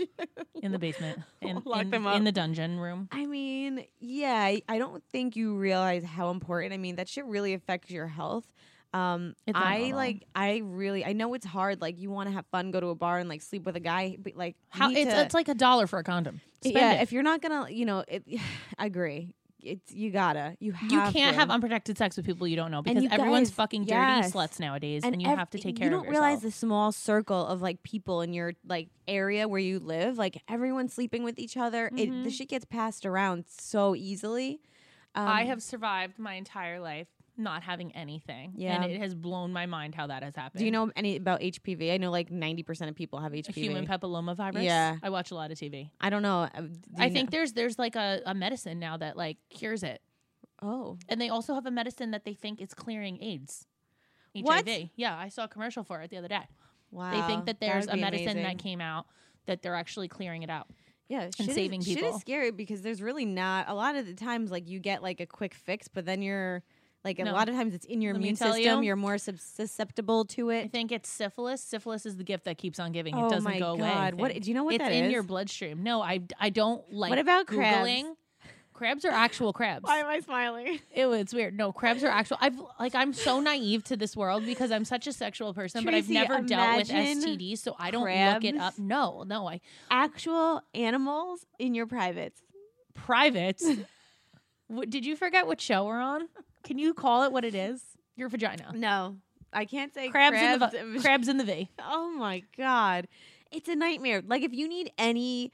S2: in the basement, in,
S1: Lock
S2: in,
S1: them up.
S2: in the dungeon room.
S1: I mean, yeah, I, I don't think you realize how important. I mean, that shit really affects your health. Um,
S2: It's not
S1: I
S2: normal.
S1: like, I really, I know it's hard. Like, you want to have fun, go to a bar, and like sleep with a guy, but like, you
S2: How
S1: need
S2: it's,
S1: to-
S2: it's like a dollar for a condom. Spend
S1: yeah.
S2: it.
S1: If you're not gonna, you know, it, I agree. It's you gotta, you have
S2: you can't
S1: to.
S2: have unprotected sex with people you don't know because
S1: you
S2: everyone's
S1: guys-
S2: fucking dirty
S1: yes.
S2: sluts nowadays, and, you
S1: ev-
S2: have to take care
S1: You
S2: of
S1: don't
S2: yourself.
S1: realize the small circle of like people in your like area where you live. Like everyone's sleeping with each other. It,
S2: Mm-hmm.
S1: the shit gets passed around so easily. Um,
S2: I have survived my entire life not having anything,
S1: Yeah.
S2: and it has blown my mind how that has happened.
S1: Do you know any about HPV? I know like ninety percent of people have HPV.
S2: human papilloma virus?
S1: Yeah.
S2: I watch a lot of TV.
S1: I don't know. uh,
S2: I think there's there's like a, a medicine now that like cures it,
S1: Oh,
S2: and they also have a medicine that they think is clearing AIDS. HIV.
S1: What?
S2: Yeah, I saw a commercial for it the other day.
S1: wow.
S2: They think that there's
S1: would
S2: a
S1: be
S2: medicine that
S1: amazing.
S2: came out that they're actually clearing it out.
S1: yeah shit is-
S2: saving
S1: Shit
S2: people.
S1: is scary because there's really not a lot of the times like you get like a quick fix, but then you're like a
S2: No.
S1: lot of times it's in your
S2: Let me
S1: immune
S2: tell
S1: system.
S2: you.
S1: You're more sub- susceptible to
S2: I
S1: it.
S2: think it's syphilis. Syphilis is the gift that keeps on giving.
S1: Oh
S2: it doesn't
S1: my
S2: go away. I
S1: God. What-
S2: think.
S1: do you know what
S2: it's
S1: that
S2: in
S1: is?
S2: your bloodstream? No, I I don't like.
S1: about crabs?
S2: googling crabs? crabs are actual crabs.
S5: Why am I smiling?
S2: Ew, it's weird. No, crabs are actual. I've like I'm so naive to this world because I'm such a sexual person, but I've
S1: Tracy,
S2: never dealt with
S1: imagine
S2: STDs, so I don't look it up.
S1: crabs.
S2: No, no, I
S1: Actual animals in your privates.
S2: private. What- Did you forget what show we're on? Can you call it what it is? Your vagina.
S1: No, I can't say
S2: Crabs, in the
S1: crabs-
S2: v- crabs in the V.
S1: Oh my god. It's a nightmare. Like if you need any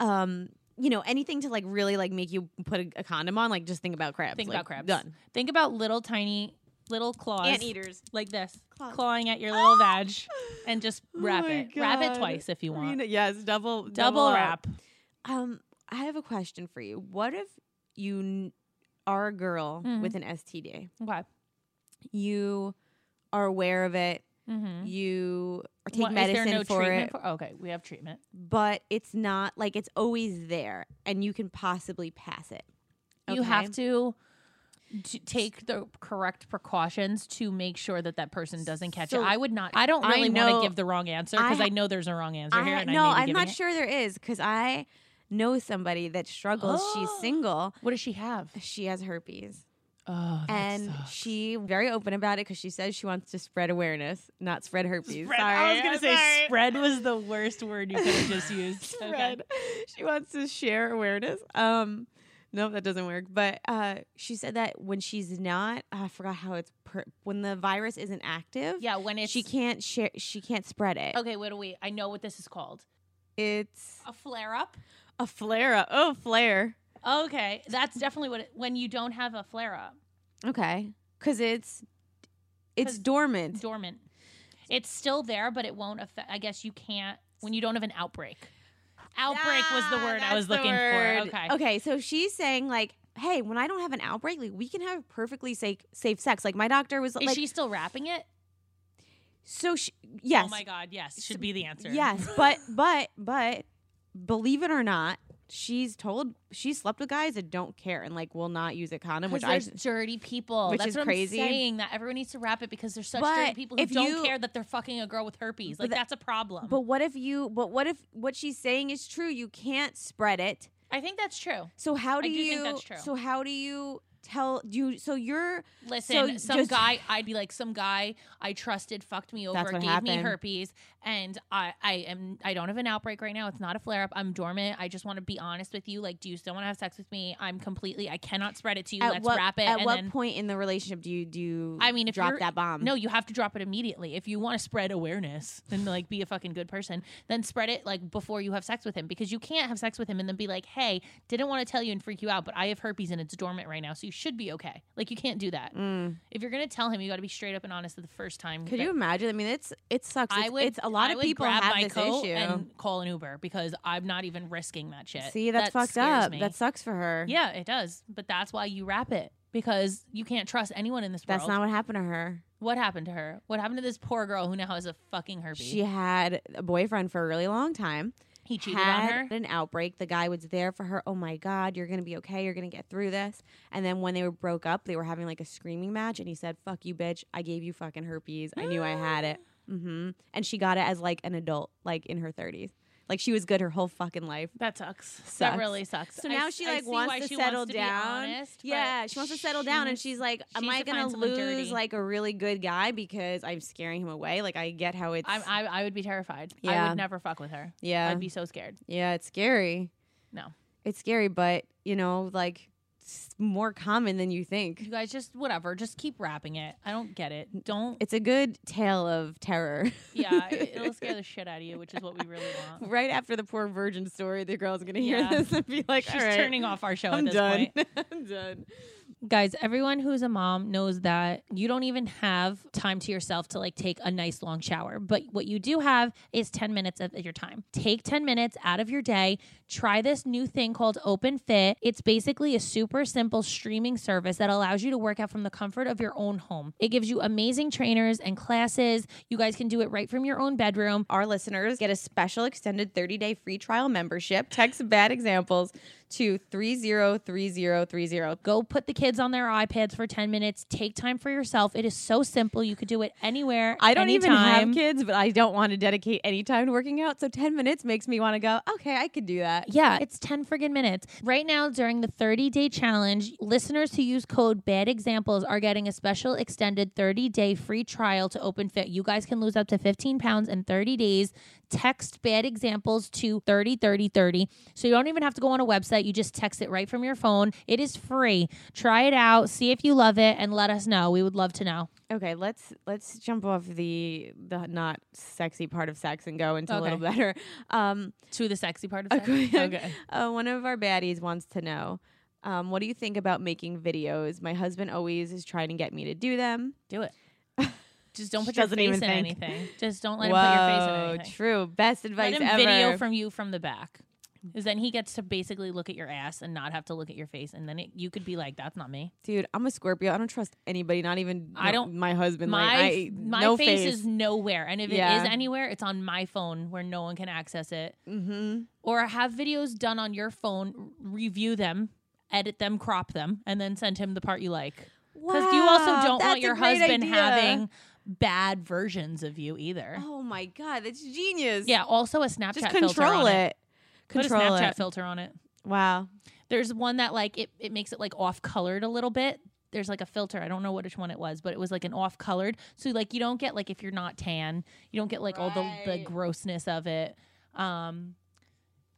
S1: um you know, anything to like really like make you put a, a condom on, like just think about crabs.
S2: Think
S1: Like,
S2: about crabs.
S1: Done.
S2: Think about little tiny little claws
S1: Anteaters.
S2: like this,
S1: Claws.
S2: clawing at your little vag, and just wrap
S5: my
S2: it. Wrap it
S5: God.
S2: twice if you want.
S5: You know- yes, double
S2: Double
S5: up.
S2: wrap.
S1: Um, I have a question for you. What if you n- are a girl
S2: Mhm.
S1: with an STD?
S2: Okay.
S1: You are aware of it.
S2: Mm-hmm.
S1: You are taking
S2: is there
S1: medicine
S2: no
S1: for it,
S2: treatment for? Okay, we have treatment.
S1: but it's not like it's always there, and you can possibly pass it.
S2: You have
S1: Okay?
S2: to t- take the correct precautions to make sure that that person doesn't catch
S1: So,
S2: it. I would not. I don't
S1: I
S2: really want
S1: know-
S2: to give the wrong answer because
S1: I-
S2: I, know there's a wrong answer here.
S1: I,
S2: And
S1: no,
S2: I may be
S1: am
S2: giving
S1: not
S2: it.
S1: sure there is because I know somebody that struggles. She's single.
S2: What does she have?
S1: She has herpes,
S2: Oh, that
S1: and
S2: sucks.
S1: she very open about it because she says she wants to spread awareness, not spread herpes.
S2: Spread.
S1: Sorry,
S2: I was gonna
S1: I'm
S2: say
S1: sorry.
S2: spread was the worst word you could have just used. Okay.
S1: Spread. She wants to share awareness. Um, no, that doesn't work. But uh, she said that when she's not, I forgot how it's per- when the virus isn't active.
S2: Yeah, when it's
S1: she can't share. She can't spread it.
S2: Okay, wait, wait. I know what this is called.
S1: It's
S2: A flare up.
S1: a flare up. Oh, flare.
S2: Okay, that's definitely what. It, when you don't have a flare up,
S1: Okay, because it's it's
S2: 'Cause
S1: dormant.
S2: dormant. It's still there, but it won't affect. I guess you can't when you don't have an outbreak. Outbreak was the
S1: Ah,
S2: word I
S1: that's
S2: was
S1: the
S2: looking for.
S1: word.
S2: Okay.
S1: Okay, so she's saying like, hey, when I don't have an outbreak, like we can have perfectly safe safe sex. Like my doctor was
S2: Is
S1: like,
S2: she still wrapping it?
S1: so she yes,
S2: Oh my God. Yes. Should be the answer.
S1: yes, but but but believe it or not. She's told she slept with guys that don't care and like will not use a condom,
S2: Because
S1: which I
S2: there's dirty people.
S1: which
S2: That's
S1: is
S2: what
S1: crazy.
S2: I'm saying. That everyone needs to wrap it because there's such dirty
S1: But
S2: people who
S1: if
S2: don't
S1: you-
S2: care that they're fucking a girl with herpes.
S1: But
S2: Like
S1: that-
S2: that's a problem.
S1: But what if you? But what if what she's saying is true? You can't spread it.
S2: I think that's true.
S1: So how do,
S2: do
S1: you?
S2: think that's true.
S1: So how do you tell? Do you? So you're
S2: Listen,
S1: So
S2: some
S1: just-
S2: guy, I'd be like, some guy I trusted fucked me over,
S1: That's
S2: gave
S1: what
S2: me
S1: happened.
S2: herpes, and I, I am, I don't have an outbreak right now. It's not a flare up. I'm dormant. I just want to be honest with you. Like, do you still want to have sex with me? I'm completely, I cannot spread it to you.
S1: at
S2: Let's
S1: what
S2: wrap it.
S1: at
S2: and
S1: what
S2: then,
S1: point in the relationship do you do? You
S2: I mean, if
S1: drop
S2: you're-
S1: that bomb.
S2: No, you have to drop it immediately if you want to spread awareness and like be a fucking good person. Then spread it like before you have sex with him because you can't have sex with him and then be like, "Hey, didn't want to tell you and freak you out, but I have herpes and it's dormant right now, so you should be okay." Like you can't do that.
S1: Mm.
S2: If you're gonna tell him, you got to be straight up and honest the first time.
S1: Could
S2: that-
S1: you imagine? I mean, it's it sucks.
S2: I
S1: It's-
S2: would.
S1: it's a lot
S2: I
S1: of
S2: would
S1: people
S2: grab
S1: have
S2: my
S1: this
S2: coat
S1: issue.
S2: and call an Uber because I'm not even risking that shit.
S1: See, that's
S2: That
S1: fucked
S2: scares
S1: up.
S2: me.
S1: That sucks for her.
S2: yeah, it does. But that's why you wrap it because you can't trust anyone in this
S1: that's
S2: world.
S1: not what happened to her.
S2: What happened to her? What happened to this poor girl who now has a fucking herpes?
S1: She had a boyfriend for a really long time.
S2: he cheated
S1: had
S2: on her.
S1: an outbreak. The guy was there for her. Oh my God, you're gonna be okay. You're gonna get through this. And then when they were broke up, they were having like a screaming match, and he said, "Fuck you, bitch. I gave you fucking herpes. I knew I had it." hmm And she got it as like an adult, like in her 30s. Like she was good her whole fucking life.
S2: That sucks. That
S1: Sucks.
S2: really sucks.
S1: So
S2: I
S1: now
S2: s-
S1: she
S2: I
S1: like
S2: see why
S1: wants
S2: she
S1: to settle
S2: be
S1: down.
S2: honest, but
S1: yeah, she wants to settle down, and
S2: she's-
S1: she's like,
S2: she
S1: "Am
S2: needs
S1: I
S2: to find
S1: gonna
S2: someone
S1: lose
S2: dirty."
S1: like a really good guy because I'm scaring him away?" Like I get how it's
S2: I'm, I, I would be terrified. I
S1: Yeah.
S2: would never fuck with her.
S1: yeah,
S2: I'd be so scared.
S1: yeah, it's scary.
S2: No.
S1: it's scary, but you know, like it's more common than you
S2: You
S1: think.
S2: guys just whatever. Just keep wrapping it. I don't get it. Don't.
S1: It's a good tale of terror.
S2: yeah, it- it'll scare the shit out of you, which is what we really want.
S1: right after the poor virgin story, the girl's gonna hear
S2: Yeah.
S1: this and be like, "All
S2: She's
S1: right,
S2: turning off our show
S1: I'm
S2: at this point.
S1: done. I'm done."
S2: guys everyone who's a mom knows that you don't even have time to yourself to like take a nice long shower but what you do have is 10 minutes of your time take 10 minutes out of your day try this new thing called open fit it's basically a super simple streaming service that allows you to work out from the comfort of your own home it gives you amazing trainers and classes you guys can do it right from your own bedroom
S1: Our listeners get a special extended 30 day free trial membership. Text bad examples to 303030.
S2: go put the kids
S6: kids on their iPads for 10 minutes. Take time for yourself. It is so simple. You could do it anywhere.
S1: I don't even have
S6: anytime.
S1: kids, but I don't want to dedicate any time to working out. So 10 minutes makes me want to go, okay, I could do that.
S6: Yeah, it's 10 friggin' minutes. Right now, during the 30 day challenge, listeners who use code bad examples are getting a special extended 30 day free trial to Open Fit. You guys can lose up to 15 pounds in 30 days. Text bad examples to 303030. So you don't even have to go on a website. You just text it right from your phone. It is free. Try it out, see if you love it, and let us know. We would love to know.
S1: Okay, let's let's jump off the the not sexy part of sex and go into a little
S2: Okay.
S1: better. Um,
S2: To the sexy part of sex.
S1: okay,
S2: Okay.
S1: Uh, one of our baddies wants to know, um, what do you think about making videos? My husband always is trying to get me to do them.
S2: Do it. Just don't
S1: She
S2: put your
S1: doesn't
S2: face
S1: even
S2: in
S1: think.
S2: anything. Just don't let him put your face in
S1: Whoa,
S2: anything.
S1: True, best
S2: Let
S1: advice
S2: him
S1: ever.
S2: video from you from the back. Because then he gets to basically look at your ass and not have to look at your face. And then it, you could be like, that's not me.
S1: Dude, I'm a Scorpio. I don't trust anybody. Not even
S2: I
S1: no-
S2: don't-
S1: My husband.
S2: my
S1: like, I,
S2: f- my
S1: no
S2: face, is nowhere. And if
S1: Yeah.
S2: it is anywhere, it's on my phone where no one can access it.
S1: hmm
S2: Or have videos done on your phone, r- review them, edit them, crop them, and then send him the part you like. Because you
S1: Wow,
S2: also don't
S1: that's a
S2: want your
S1: great
S2: husband
S1: idea.
S2: having bad versions of you either.
S1: Oh my god, that's genius.
S2: Yeah, also a Snapchat
S1: just
S2: filter
S1: control it.
S2: on it.
S1: Control
S2: Put a Snapchat
S1: it.
S2: filter on it.
S1: Wow.
S2: There's one that like it, it makes it like off colored a little bit. There's like a filter. I don't know which one it was, but it was like an off colored. So like you don't get like if you're not tan, you don't get like all the, the
S1: Right.
S2: grossness of it. Um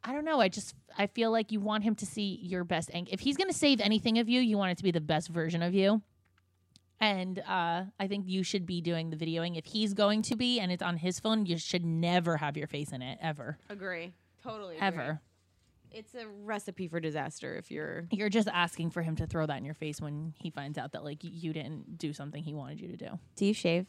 S2: I don't know. I just I feel like you want him to see your best ang- if he's gonna save anything of you, you want it to be the best version of you. And uh, I think you should be doing the videoing if he's going to be, and it's on his phone. You should never have your face in it ever,
S1: Agree. Totally.
S2: ever.
S1: It's a recipe for disaster if you're
S2: you're just asking for him to throw that in your face when he finds out that like you didn't do something he wanted you to do.
S1: Do you shave?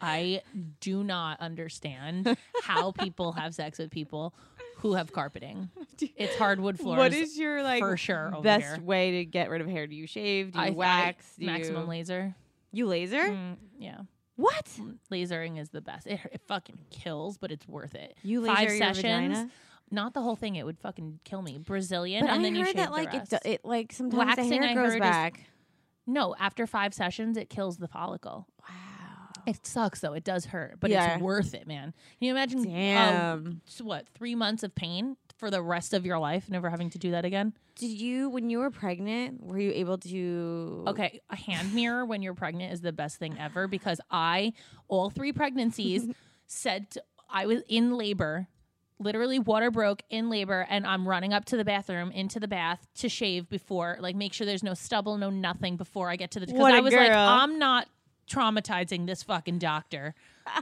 S2: I do not understand how people have sex with people who have carpeting. It's hardwood floors.
S1: What is your like
S2: for sure over
S1: best
S2: here.
S1: way to get rid of hair? Do you shave? Do you
S2: I- I-
S1: wax? Do
S2: maximum
S1: you,
S2: laser?
S1: you laser?
S2: Mm, yeah,
S1: What?
S2: lasering is the best. It, it fucking kills, but it's worth it.
S1: You laser
S2: Five
S1: your
S2: sessions,
S1: vagina?
S2: not the whole thing. It would fucking kill me. Brazilian,
S1: But
S2: and
S1: I
S2: then you
S1: heard
S2: shave
S1: that
S2: the
S1: like it,
S2: rest.
S1: do- it like sometimes the
S2: Waxing,
S1: hair
S2: I
S1: grows
S2: heard, is-
S1: back.
S2: no, after five sessions, it kills the follicle.
S1: wow.
S2: It sucks though. It does hurt, but
S1: Yeah.
S2: it's worth it, man. Can you imagine? uh,
S1: Damn.
S2: s- what three months of pain for the rest of your life, never having to do that again?
S1: Did you when you were pregnant, were you able to
S2: Okay, a hand mirror when you're pregnant is the best thing ever because I, all three pregnancies, said to- I was in labor. Literally, water broke in labor, and I'm running up to the bathroom, into the bath to shave before, like, make sure there's no stubble, no nothing before I get to the. Because
S1: What a
S2: I was like,
S1: girl.
S2: I'm not traumatizing this fucking doctor.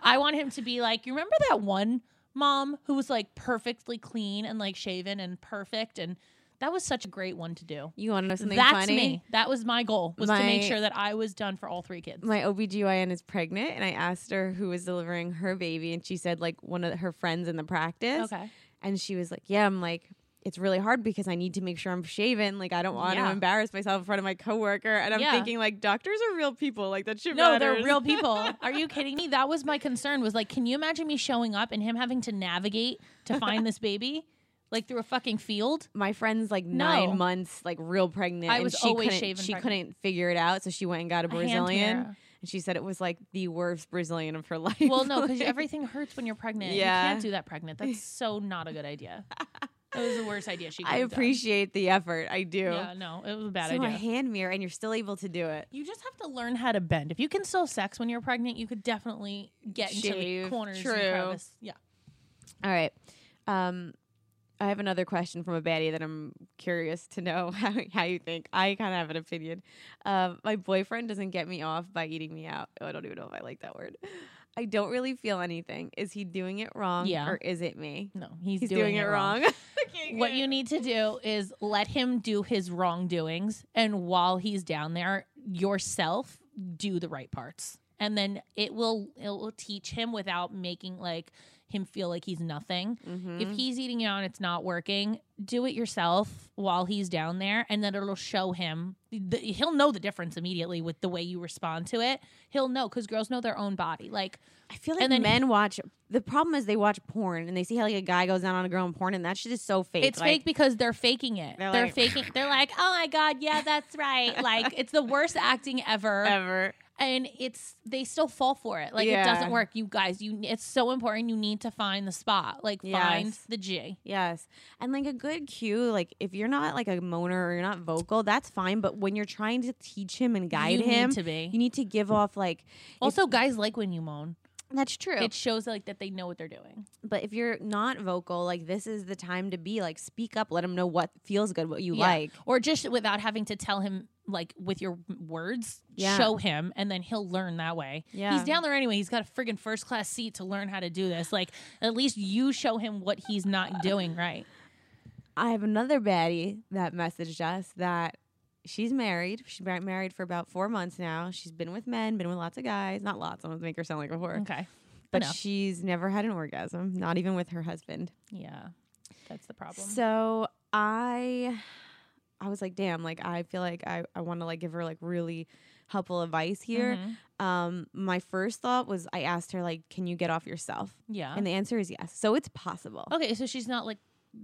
S2: I want him to be like, you remember that one mom who was like perfectly clean and like shaven and perfect, and that was such a great one to do.
S1: You want to know something
S2: That's
S1: funny?
S2: me. That was my goal was to make
S1: My-
S2: sure that I was done for all three kids.
S1: My OBGYN is pregnant and I asked her who was delivering her baby and she said like one of her friends in the practice.
S2: okay.
S1: And she was like, "Yeah, I'm like it's really hard because I need to make sure I'm shaven. Like I don't want to
S2: Yeah.
S1: embarrass myself in front of my coworker." And I'm
S2: Yeah.
S1: thinking like doctors are real people. Like that shit
S2: No, they're
S1: matters.
S2: real people. Are you kidding me? That was my concern was like, can you imagine me showing up and him having to navigate to find this baby? Like through a fucking field?
S1: my friend's like
S2: No.
S1: 9 months like real pregnant
S2: I
S1: and
S2: was
S1: she
S2: always
S1: couldn't
S2: shaven
S1: she
S2: pregnant.
S1: couldn't figure it out, so she went and got a
S2: A hand
S1: Brazilian.
S2: mirror.
S1: And she said it was like the worst Brazilian of her life.
S2: Well, no, because
S1: Like-
S2: everything hurts when you're pregnant. You
S1: Yeah.
S2: can't do that pregnant. That's so not a good idea. That was the worst idea she could
S1: I
S2: have done.
S1: appreciate the effort. I do.
S2: Yeah, no, it was a bad
S1: so a
S2: idea.
S1: hand mirror, and you're still able to do it.
S2: you just have to learn how to bend. If you can still sex when you're pregnant, you could definitely get into the
S1: Shave.
S2: corners
S1: True.
S2: and crevice. Yeah.
S1: All right. Um, I have another question from a baddie that I'm curious to know how, how you think. I kind of have an opinion. Um, my boyfriend doesn't get me off by eating me out. Oh, I don't even know if I like that word. I don't really feel anything. Is he doing it wrong
S2: Yeah.
S1: or is it me?
S2: No, he's,
S1: He's doing, it wrong. Okay,
S2: What
S1: good.
S2: you need to do is let him do his wrongdoings, and while he's down there, yourself do the right parts. and then it will it will teach him without making like him feel like he's nothing.
S1: Mm-hmm.
S2: If he's eating out and it's not working, do it yourself while he's down there, and then it'll show him. The, he'll know the difference immediately with the way you respond to it. He'll know because girls know their own body. Like,
S1: I feel like
S2: And then-
S1: men watch. The problem is they watch porn and they see how like a guy goes down on a girl in porn and that shit is so fake.
S2: It's fake because they're faking it.
S1: They're
S2: They're,
S1: like-
S2: faking. They're like, oh my god, yeah, that's right. Like it's the worst acting ever,
S1: ever.
S2: and it's they still fall for it. Like
S1: Yeah.
S2: it doesn't work. You guys, you it's so important. You need to find the spot. Like find
S1: Yes.
S2: the G.
S1: Yes, and like a good cue, like if you're not like a moaner or you're not vocal, that's fine. But when you're trying to teach him and guide
S2: you
S1: him,
S2: need to be.
S1: you need to give off like
S2: also, guys like when you moan.
S1: that's true.
S2: It shows like that they know what they're doing.
S1: but if you're not vocal, like this is the time to be like speak up, let him know what feels good, what you
S2: Yeah.
S1: like.
S2: or just without having to tell him like with your words
S1: Yeah.
S2: show him and then he'll learn that way
S1: Yeah.
S2: he's down there anyway he's got a friggin' first class seat to learn how to do this like at least you show him what he's not doing right
S1: I have another baddie that messaged us that she's married. She's been married for about four months now. She's been with men, been with lots of guys. Not lots. I'm gonna make her sound like a whore.
S2: okay
S1: But
S2: enough.
S1: she's never had an orgasm, not even with her husband.
S2: yeah that's the problem
S1: So I I was like, damn, like I feel like I, I wanna like give her like really helpful advice here.
S2: Mhm.
S1: Um my first thought was I asked her like, can you get off yourself?
S2: yeah
S1: And the answer is yes. So it's possible.
S2: okay so she's not like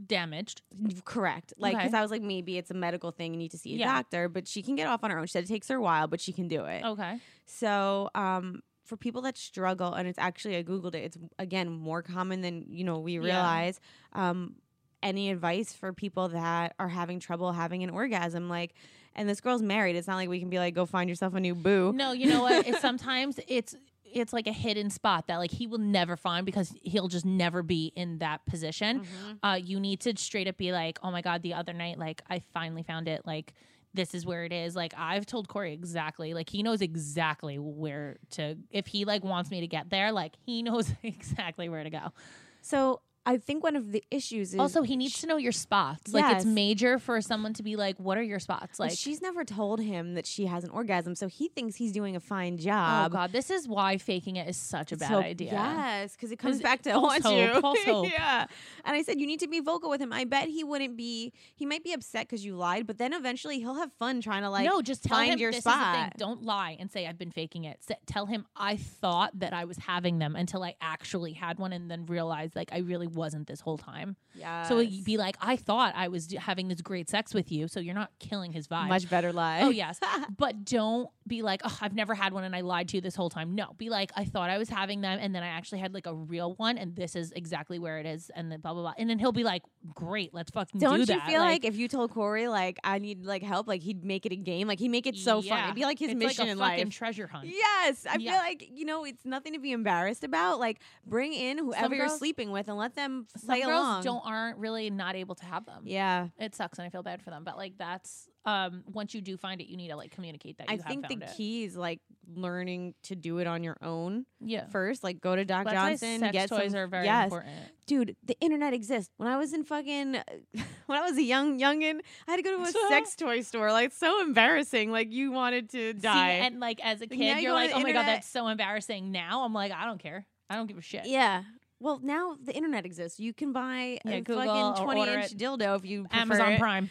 S2: damaged
S1: Correct. Like, because
S2: Okay.
S1: I was like, maybe it's a medical thing. You need to see a
S2: Yeah.
S1: doctor, but she can get off on her own. She said it takes her a while, but she can do it.
S2: okay
S1: So, um, for people that struggle, and it's actually, I Googled it, it's again more common than, you know, we
S2: Yeah.
S1: realize. Um, any advice for people that are having trouble having an orgasm? Like, and this girl's married. It's not like we can be like, go find yourself a new boo.
S2: no you know what it's sometimes it's it's like a hidden spot that like he will never find because he'll just never be in that position uh, you need to straight up be like, oh my God, the other night, like, I finally found it. Like, this is where it is. Like, I've told Corey exactly, like, he knows exactly where to, if he, like, wants me to get there, like, he knows exactly where to go.
S1: So, I think one of the issues is
S2: Also, he needs to know your spots. Like,
S1: Yes.
S2: it's major for someone to be like, what are your spots?
S1: like,
S2: Like,
S1: she's never told him that she has an orgasm. So he thinks he's doing a fine job.
S2: oh God, this is why faking it is such a bad
S1: So-
S2: idea.
S1: Yes, because it comes back to
S2: false
S1: haunt
S2: hope,
S1: you.
S2: false hope.
S1: yeah. And I said you need to be vocal with him. I bet he wouldn't be. He might be upset because you lied, but then eventually he'll have fun trying to like
S2: no, just tell
S1: find
S2: him
S1: your
S2: this Is the thing.
S1: spot.
S2: Don't lie and say I've been faking it. Sa- tell him I thought that I was having them until I actually had one, and then realized like I really wasn't this whole time.
S1: Yeah.
S2: So it'd be like I thought I was d- having this great sex with you, so you're not killing his vibe.
S1: much better lie.
S2: oh yes, but don't be like oh, I've never had one and I lied to you this whole time. No, be like I thought I was having them, and then I actually had like a real one, and this is exactly where it is, and then blah blah blah, and then he'll be like, great, let's fucking
S1: Don't
S2: do
S1: you
S2: that.
S1: feel like, if you told Corey like I need like help, like he'd make it a game, like he'd make it so fun.
S2: yeah,
S1: It'd be like his
S2: it's
S1: mission
S2: like a
S1: in
S2: fucking
S1: life.
S2: treasure hunt.
S1: Yes, I
S2: Yeah.
S1: feel like you know it's nothing to be embarrassed about. Like bring in whoever you're
S2: girls-
S1: sleeping with and let them
S2: some
S1: play
S2: girls
S1: along.
S2: don't aren't really not able to have them.
S1: yeah,
S2: It sucks and I feel bad for them. But like that's um once you do find it, you need to like communicate that you
S1: I
S2: have
S1: think the
S2: found it.
S1: key is like learning to do it on your own.
S2: yeah.
S1: first. Like go to Doc
S2: That's why
S1: Johnson.
S2: sex
S1: get
S2: toys
S1: some,
S2: are very
S1: yes.
S2: important.
S1: Dude, the internet exists. When I was in fucking, when I was a young youngin, I had to go to a sex toy store. Like it's so embarrassing. Like you wanted to
S2: See,
S1: die.
S2: and like as a kid,
S1: now you
S2: you're
S1: go on
S2: like,
S1: the
S2: oh my god,
S1: internet-
S2: that's so embarrassing. Now I'm like, I don't care. I don't give a shit.
S1: yeah. Well, now the internet exists. You can buy
S2: Yeah,
S1: a
S2: Google
S1: fucking
S2: or
S1: twenty
S2: order
S1: inch
S2: it.
S1: dildo if you prefer
S2: Amazon
S1: it.
S2: Prime.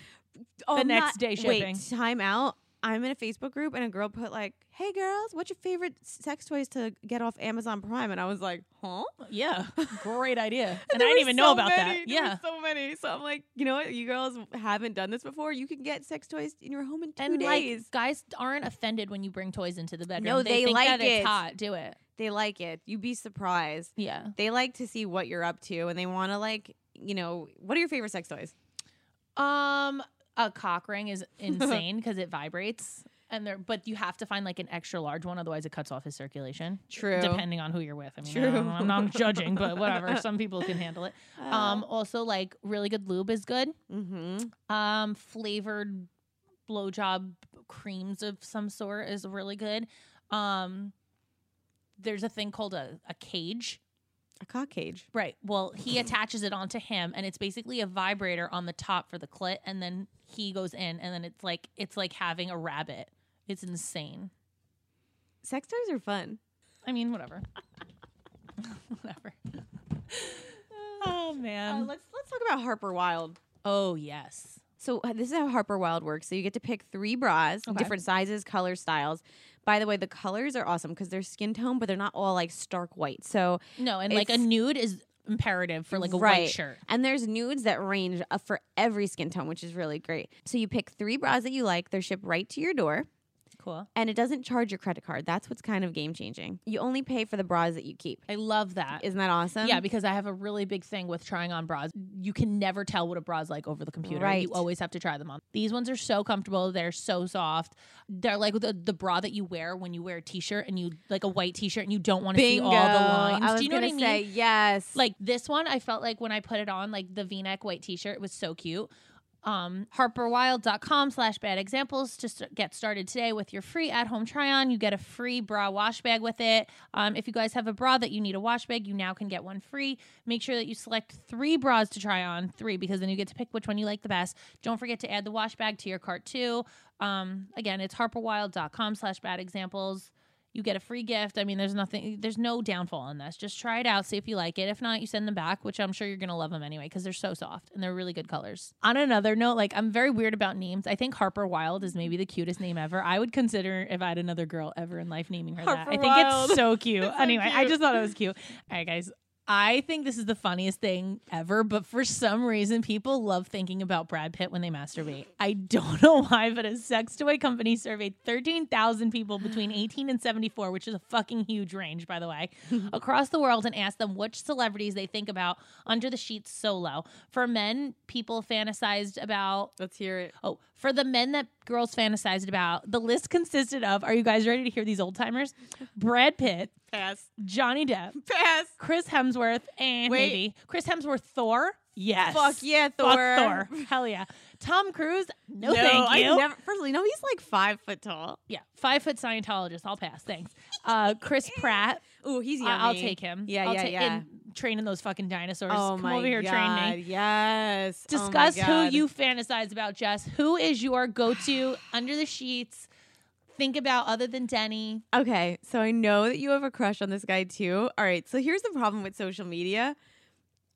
S1: Oh,
S2: the
S1: I'm
S2: next day shipping.
S1: Wait, time out. I'm in a Facebook group and a girl put like, "Hey girls, what's your favorite sex toys to get off Amazon Prime?" And I was like, "Huh?"
S2: Yeah. Great idea.
S1: And
S2: and
S1: there
S2: I didn't
S1: were
S2: even
S1: so
S2: know about
S1: many.
S2: that.
S1: There were
S2: Yeah.
S1: so many. So I'm like, you know what? You girls haven't done this before. You can get sex toys in your home in two
S2: And
S1: days.
S2: like guys aren't offended when you bring toys into the bedroom.
S1: No, they
S2: think
S1: like
S2: that
S1: it.
S2: it's hot. Do it.
S1: they like it. You'd be surprised.
S2: Yeah.
S1: They like to see what you're up to, and they want to like, you know, what are your favorite sex toys?
S2: Um, a cock ring is insane because it vibrates, and there. But you have to find like an extra large one, otherwise it cuts off his circulation.
S1: True.
S2: Depending on who you're with. I mean, I
S1: True. Uh.
S2: don't- I'm not judging, but whatever. Some people can handle it. Um, also like really good lube is good.
S1: hmm
S2: Um, flavored blowjob creams of some sort is really good. Um, there's a thing called a, a cage.
S1: a cock cage.
S2: Right. Well, he attaches it onto him, and it's basically a vibrator on the top for the clit, and then he goes in, and then it's like it's like having a rabbit. It's insane.
S1: Sex toys are fun.
S2: I mean, whatever. whatever. Oh man.
S1: let's let's talk about Harper Wild.
S2: oh yes.
S1: So uh, this is how Harper Wild works. So you get to pick three bras,
S2: Okay.
S1: different sizes, colors, styles. By the way, the colors are awesome because they're skin tone, but they're not all like stark white. So
S2: No, and like a
S1: It's-
S2: nude is imperative for like a white
S1: Right.
S2: shirt.
S1: And there's nudes that range uh, for every skin tone, which is really great. So you pick three bras that you like, they're shipped right to your door,
S2: Cool.
S1: and it doesn't charge your credit card. That's what's kind of game changing. You only pay for the bras that you keep.
S2: I love that.
S1: Isn't that awesome?
S2: yeah, because I have a really big thing with trying on bras. You can never tell what a bra's like over the computer.
S1: Right.
S2: You always have to try them on. These ones are so comfortable. They're so soft. They're like the, the bra that you wear when you wear a t-shirt and you like a white t-shirt and you don't want to see all the lines.
S1: I was
S2: Do you know what
S1: gonna
S2: I mean?
S1: say yes.
S2: Like this one, I felt like when I put it on, like the V-neck white T-shirt was so cute. Um, harperwild.com slash bad examples to st- get started today with your free at-home try-on. You get a free bra wash bag with it. Um, if you guys have a bra that you need a wash bag, you now can get one free. Make sure that you select three bras to try on, three, because then you get to pick which one you like the best. Don't forget to add the wash bag to your cart too. Um, again, it's harperwild.com slash bad examples you get a free gift. I mean, there's nothing, there's no downfall on this. Just try it out, see if you like it. If not, you send them back, which I'm sure you're gonna love them anyway because they're so soft and they're really good colors. On another note, like I'm very weird about names. I think Harper Wild is maybe the cutest name ever. I would consider if I had another girl ever in life naming her that.
S1: Harper
S2: I think
S1: Wild.
S2: it's so cute. anyway, I
S1: cute.
S2: just thought it was cute. All right, guys. I think this is the funniest thing ever, but for some reason, people love thinking about Brad Pitt when they masturbate. I don't know why, but a sex toy company surveyed 13,000 people between 18 and 74, which is a fucking huge range, by the way, across the world and asked them which celebrities they think about under the sheets solo. For men, people fantasized about
S5: Let's hear it.
S2: Oh, for the men that girls fantasized about, the list consisted of are you guys ready to hear these old timers? Brad Pitt,
S5: Pass.
S2: Johnny Depp,
S5: Pass.
S2: Chris Hemsworth, and
S5: Wait.
S2: maybe Chris Hemsworth, Thor. Yes.
S1: Fuck yeah, Thor.
S2: Fuck Thor. Hell yeah. Tom Cruise. No, thank
S5: I
S2: you.
S5: Never, firstly, no, he's like five foot tall.
S2: yeah, five foot Scientologist. I'll pass. Thanks. Uh, Chris Pratt.
S1: Ooh, he's
S2: I-
S1: yummy.
S2: I'll take him.
S5: Yeah,
S2: I'll
S5: yeah,
S2: ta-
S5: yeah.
S2: and training those fucking dinosaurs.
S5: Oh
S2: Come
S5: my
S2: over here,
S5: god!
S2: train me.
S5: Yes. Oh my
S2: discuss who
S5: God.
S2: you fantasize about, Jess. Who is your go to under the sheets? Think about other than Denny.
S5: Okay, so I know that you have a crush on this guy too. All right, so here's the problem with social media.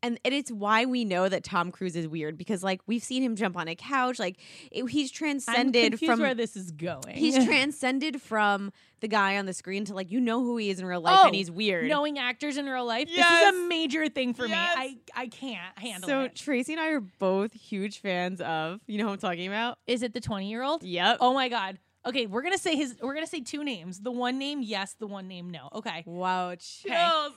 S5: And, and it's why we know that Tom Cruise is weird because like we've seen him jump on a couch like it, he's
S2: I'm
S5: transcended
S2: confused
S5: from
S2: where this is going.
S5: he's transcended from the guy on the screen to like you know who he is in real life and
S2: Oh,
S5: he's weird.
S2: knowing actors in real life. This
S5: Yes.
S2: is a major thing for
S5: Yes.
S2: me. I I can't handle
S5: so
S2: it.
S5: Tracy and I are both huge fans of you know who I'm talking about.
S2: Is it the twenty year old?
S5: Yep.
S2: Oh my god. Okay, we're gonna say his. We're gonna say two names. The one name, yes. The one name, no. Okay.
S5: Wow. Chills.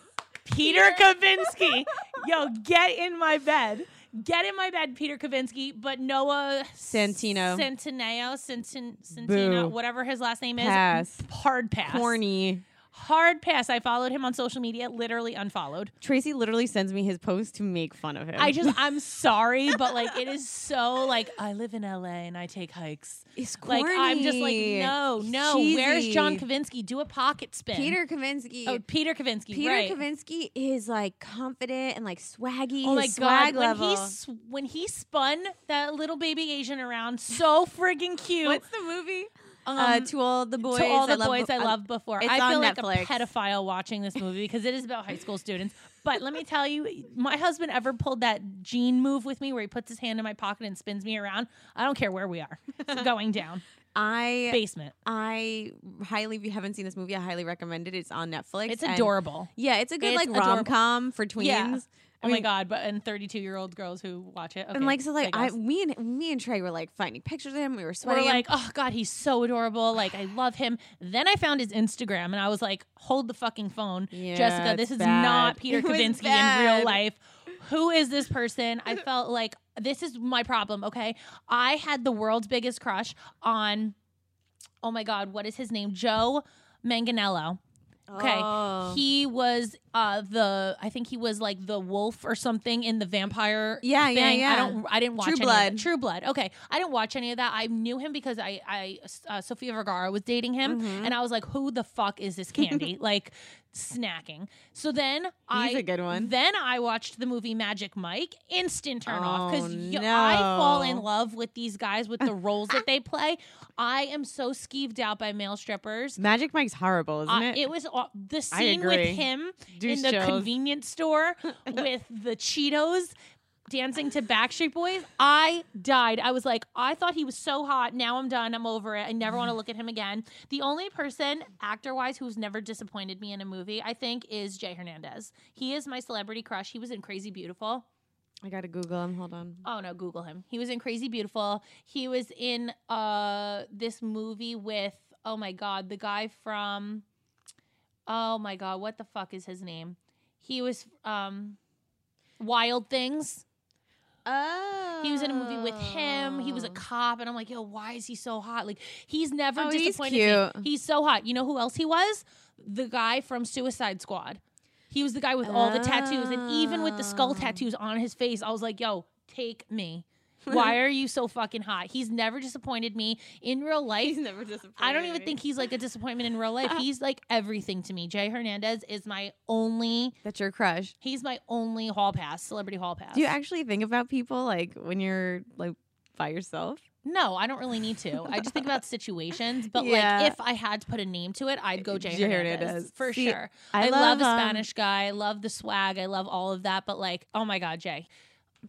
S2: Peter Kavinsky. Yo, get in my bed. Get in my bed, Peter Kavinsky. But Noah
S5: Centino.
S2: Centineo, Centin,
S5: Boo.
S2: Centino, whatever his last name is.
S5: Pass.
S2: Hard pass.
S5: Corny.
S2: Hard pass. I followed him on social media, literally unfollowed.
S5: Tracy literally sends me his post to make fun of him.
S2: I just, I'm sorry, but like, it is so like, I live in LA and I take hikes.
S5: it's corny.
S2: Like, I'm just like, no, no. Where's John
S5: Cheesy.
S2: Kavinsky? Do a pocket spin.
S1: Peter Kavinsky.
S2: Oh, Peter Kavinsky.
S1: Peter
S2: right.
S1: Kavinsky is like confident and like swaggy.
S2: Oh my
S1: his swag
S2: god!
S1: level.
S2: When he s- when he spun that little baby Asian around, so friggin' cute.
S5: What's the movie?
S2: Um,
S5: uh, to all the boys,
S2: to all the
S5: I love
S2: boys
S5: Bo-
S2: I loved before.
S5: it's
S2: I
S5: on
S2: feel like
S5: Netflix.
S2: a pedophile watching this movie because it is about high school students. But let me tell you, my husband ever pulled that Gene move with me where he puts his hand in my pocket and spins me around. I don't care where we are, it's going down
S5: I
S2: basement.
S5: I highly if you haven't seen this movie, I highly recommend it. It's on Netflix.
S2: It's
S5: and-
S2: adorable.
S5: Yeah, it's a good
S2: It's
S5: like
S2: adorable.
S5: rom com for tweens.
S2: Yeah.
S5: I
S2: oh my
S5: mean-
S2: god! But and thirty two year old girls who watch it
S5: And
S2: okay,
S5: like so like I,
S2: guess.
S5: me and me and Trey were like finding pictures of him. We were
S2: We're
S5: sweating. him.
S2: like, oh God, he's so adorable. Like, I love him. Then I found his Instagram and I was like, hold the fucking phone.
S5: Yeah,
S2: Jessica,
S5: it's
S2: this is
S5: bad.
S2: not Peter
S5: It was
S2: Kavinsky in
S5: bad.
S2: real life. Who is this person? I felt like this is my problem, okay? I had the world's biggest crush on, oh my God, what is his name? Joe Manganello. Okay.
S5: Oh.
S2: He was uh the I think he was like the wolf or something in the vampire
S7: Yeah,
S2: thing.
S7: Ah, yeah,
S2: I
S7: yeah.
S2: don't I didn't watch
S7: True
S2: any of
S7: Blood.
S2: it. True Blood. Okay. I didn't watch any of that. I knew him because I I uh, Sofia Vergara was dating him
S7: Mm-hmm.
S2: and I was like who the fuck is this candy? like snacking. So then I
S7: He's a good one.
S2: Then I watched the movie Magic Mike. Instant turn off
S7: Oh,
S2: cuz I fall in
S7: no.
S2: love with these guys with the roles that they play. I am so skeeved out by male strippers.
S1: Magic Mike's horrible, isn't
S2: I-
S1: it?
S2: Uh, was aw- the
S1: I
S2: scene with
S1: agree.
S2: him
S1: Douche
S2: in the
S1: chills.
S2: convenience store with the Cheetos dancing to Backstreet Boys. I died. I was like, I thought he was so hot. Now I'm done. I'm over it. I never want to look at him again. The only person, actor wise, who's never disappointed me in a movie, I think, is Jay Hernandez. He is my celebrity crush. He was in Crazy Beautiful.
S1: I gotta Google him. Hold on.
S2: Oh no, Google him. He was in Crazy Beautiful. He was in uh this movie with oh my god, the guy from oh my god, what the fuck is his name? He was um Wild Things.
S7: Oh.
S2: He was in a movie with him. He was a cop, and I'm like, yo, why is he so hot? Like he's never
S1: Oh, he's
S2: disappointed
S1: cute.
S2: me. He's so hot. You know who else he was? The guy from Suicide Squad. He was the guy with all the tattoos, and even with the skull
S7: Oh.
S1: Ah.
S2: tattoos on his face, I was like, yo, take me. Why are you so fucking hot? He's never disappointed me in real life.
S1: never disappointed.
S2: I don't even think he's like a disappointment in real life. He's like everything to me. Jay Hernandez is my only.
S1: that's your crush.
S2: He's my only hall pass, celebrity hall pass.
S1: Do you actually think about people like when you're like by yourself?
S2: No, I don't really need to. I just think about situations. But
S1: Yeah.
S2: like, if I had to put a name to it, I'd go Jay
S1: Jay
S2: Hernandez,
S1: Hernandez.
S2: for
S1: See,
S2: sure. I, love, the
S1: um,
S2: Spanish guy. I love the swag. I love all of that. But like, oh my god, Jay.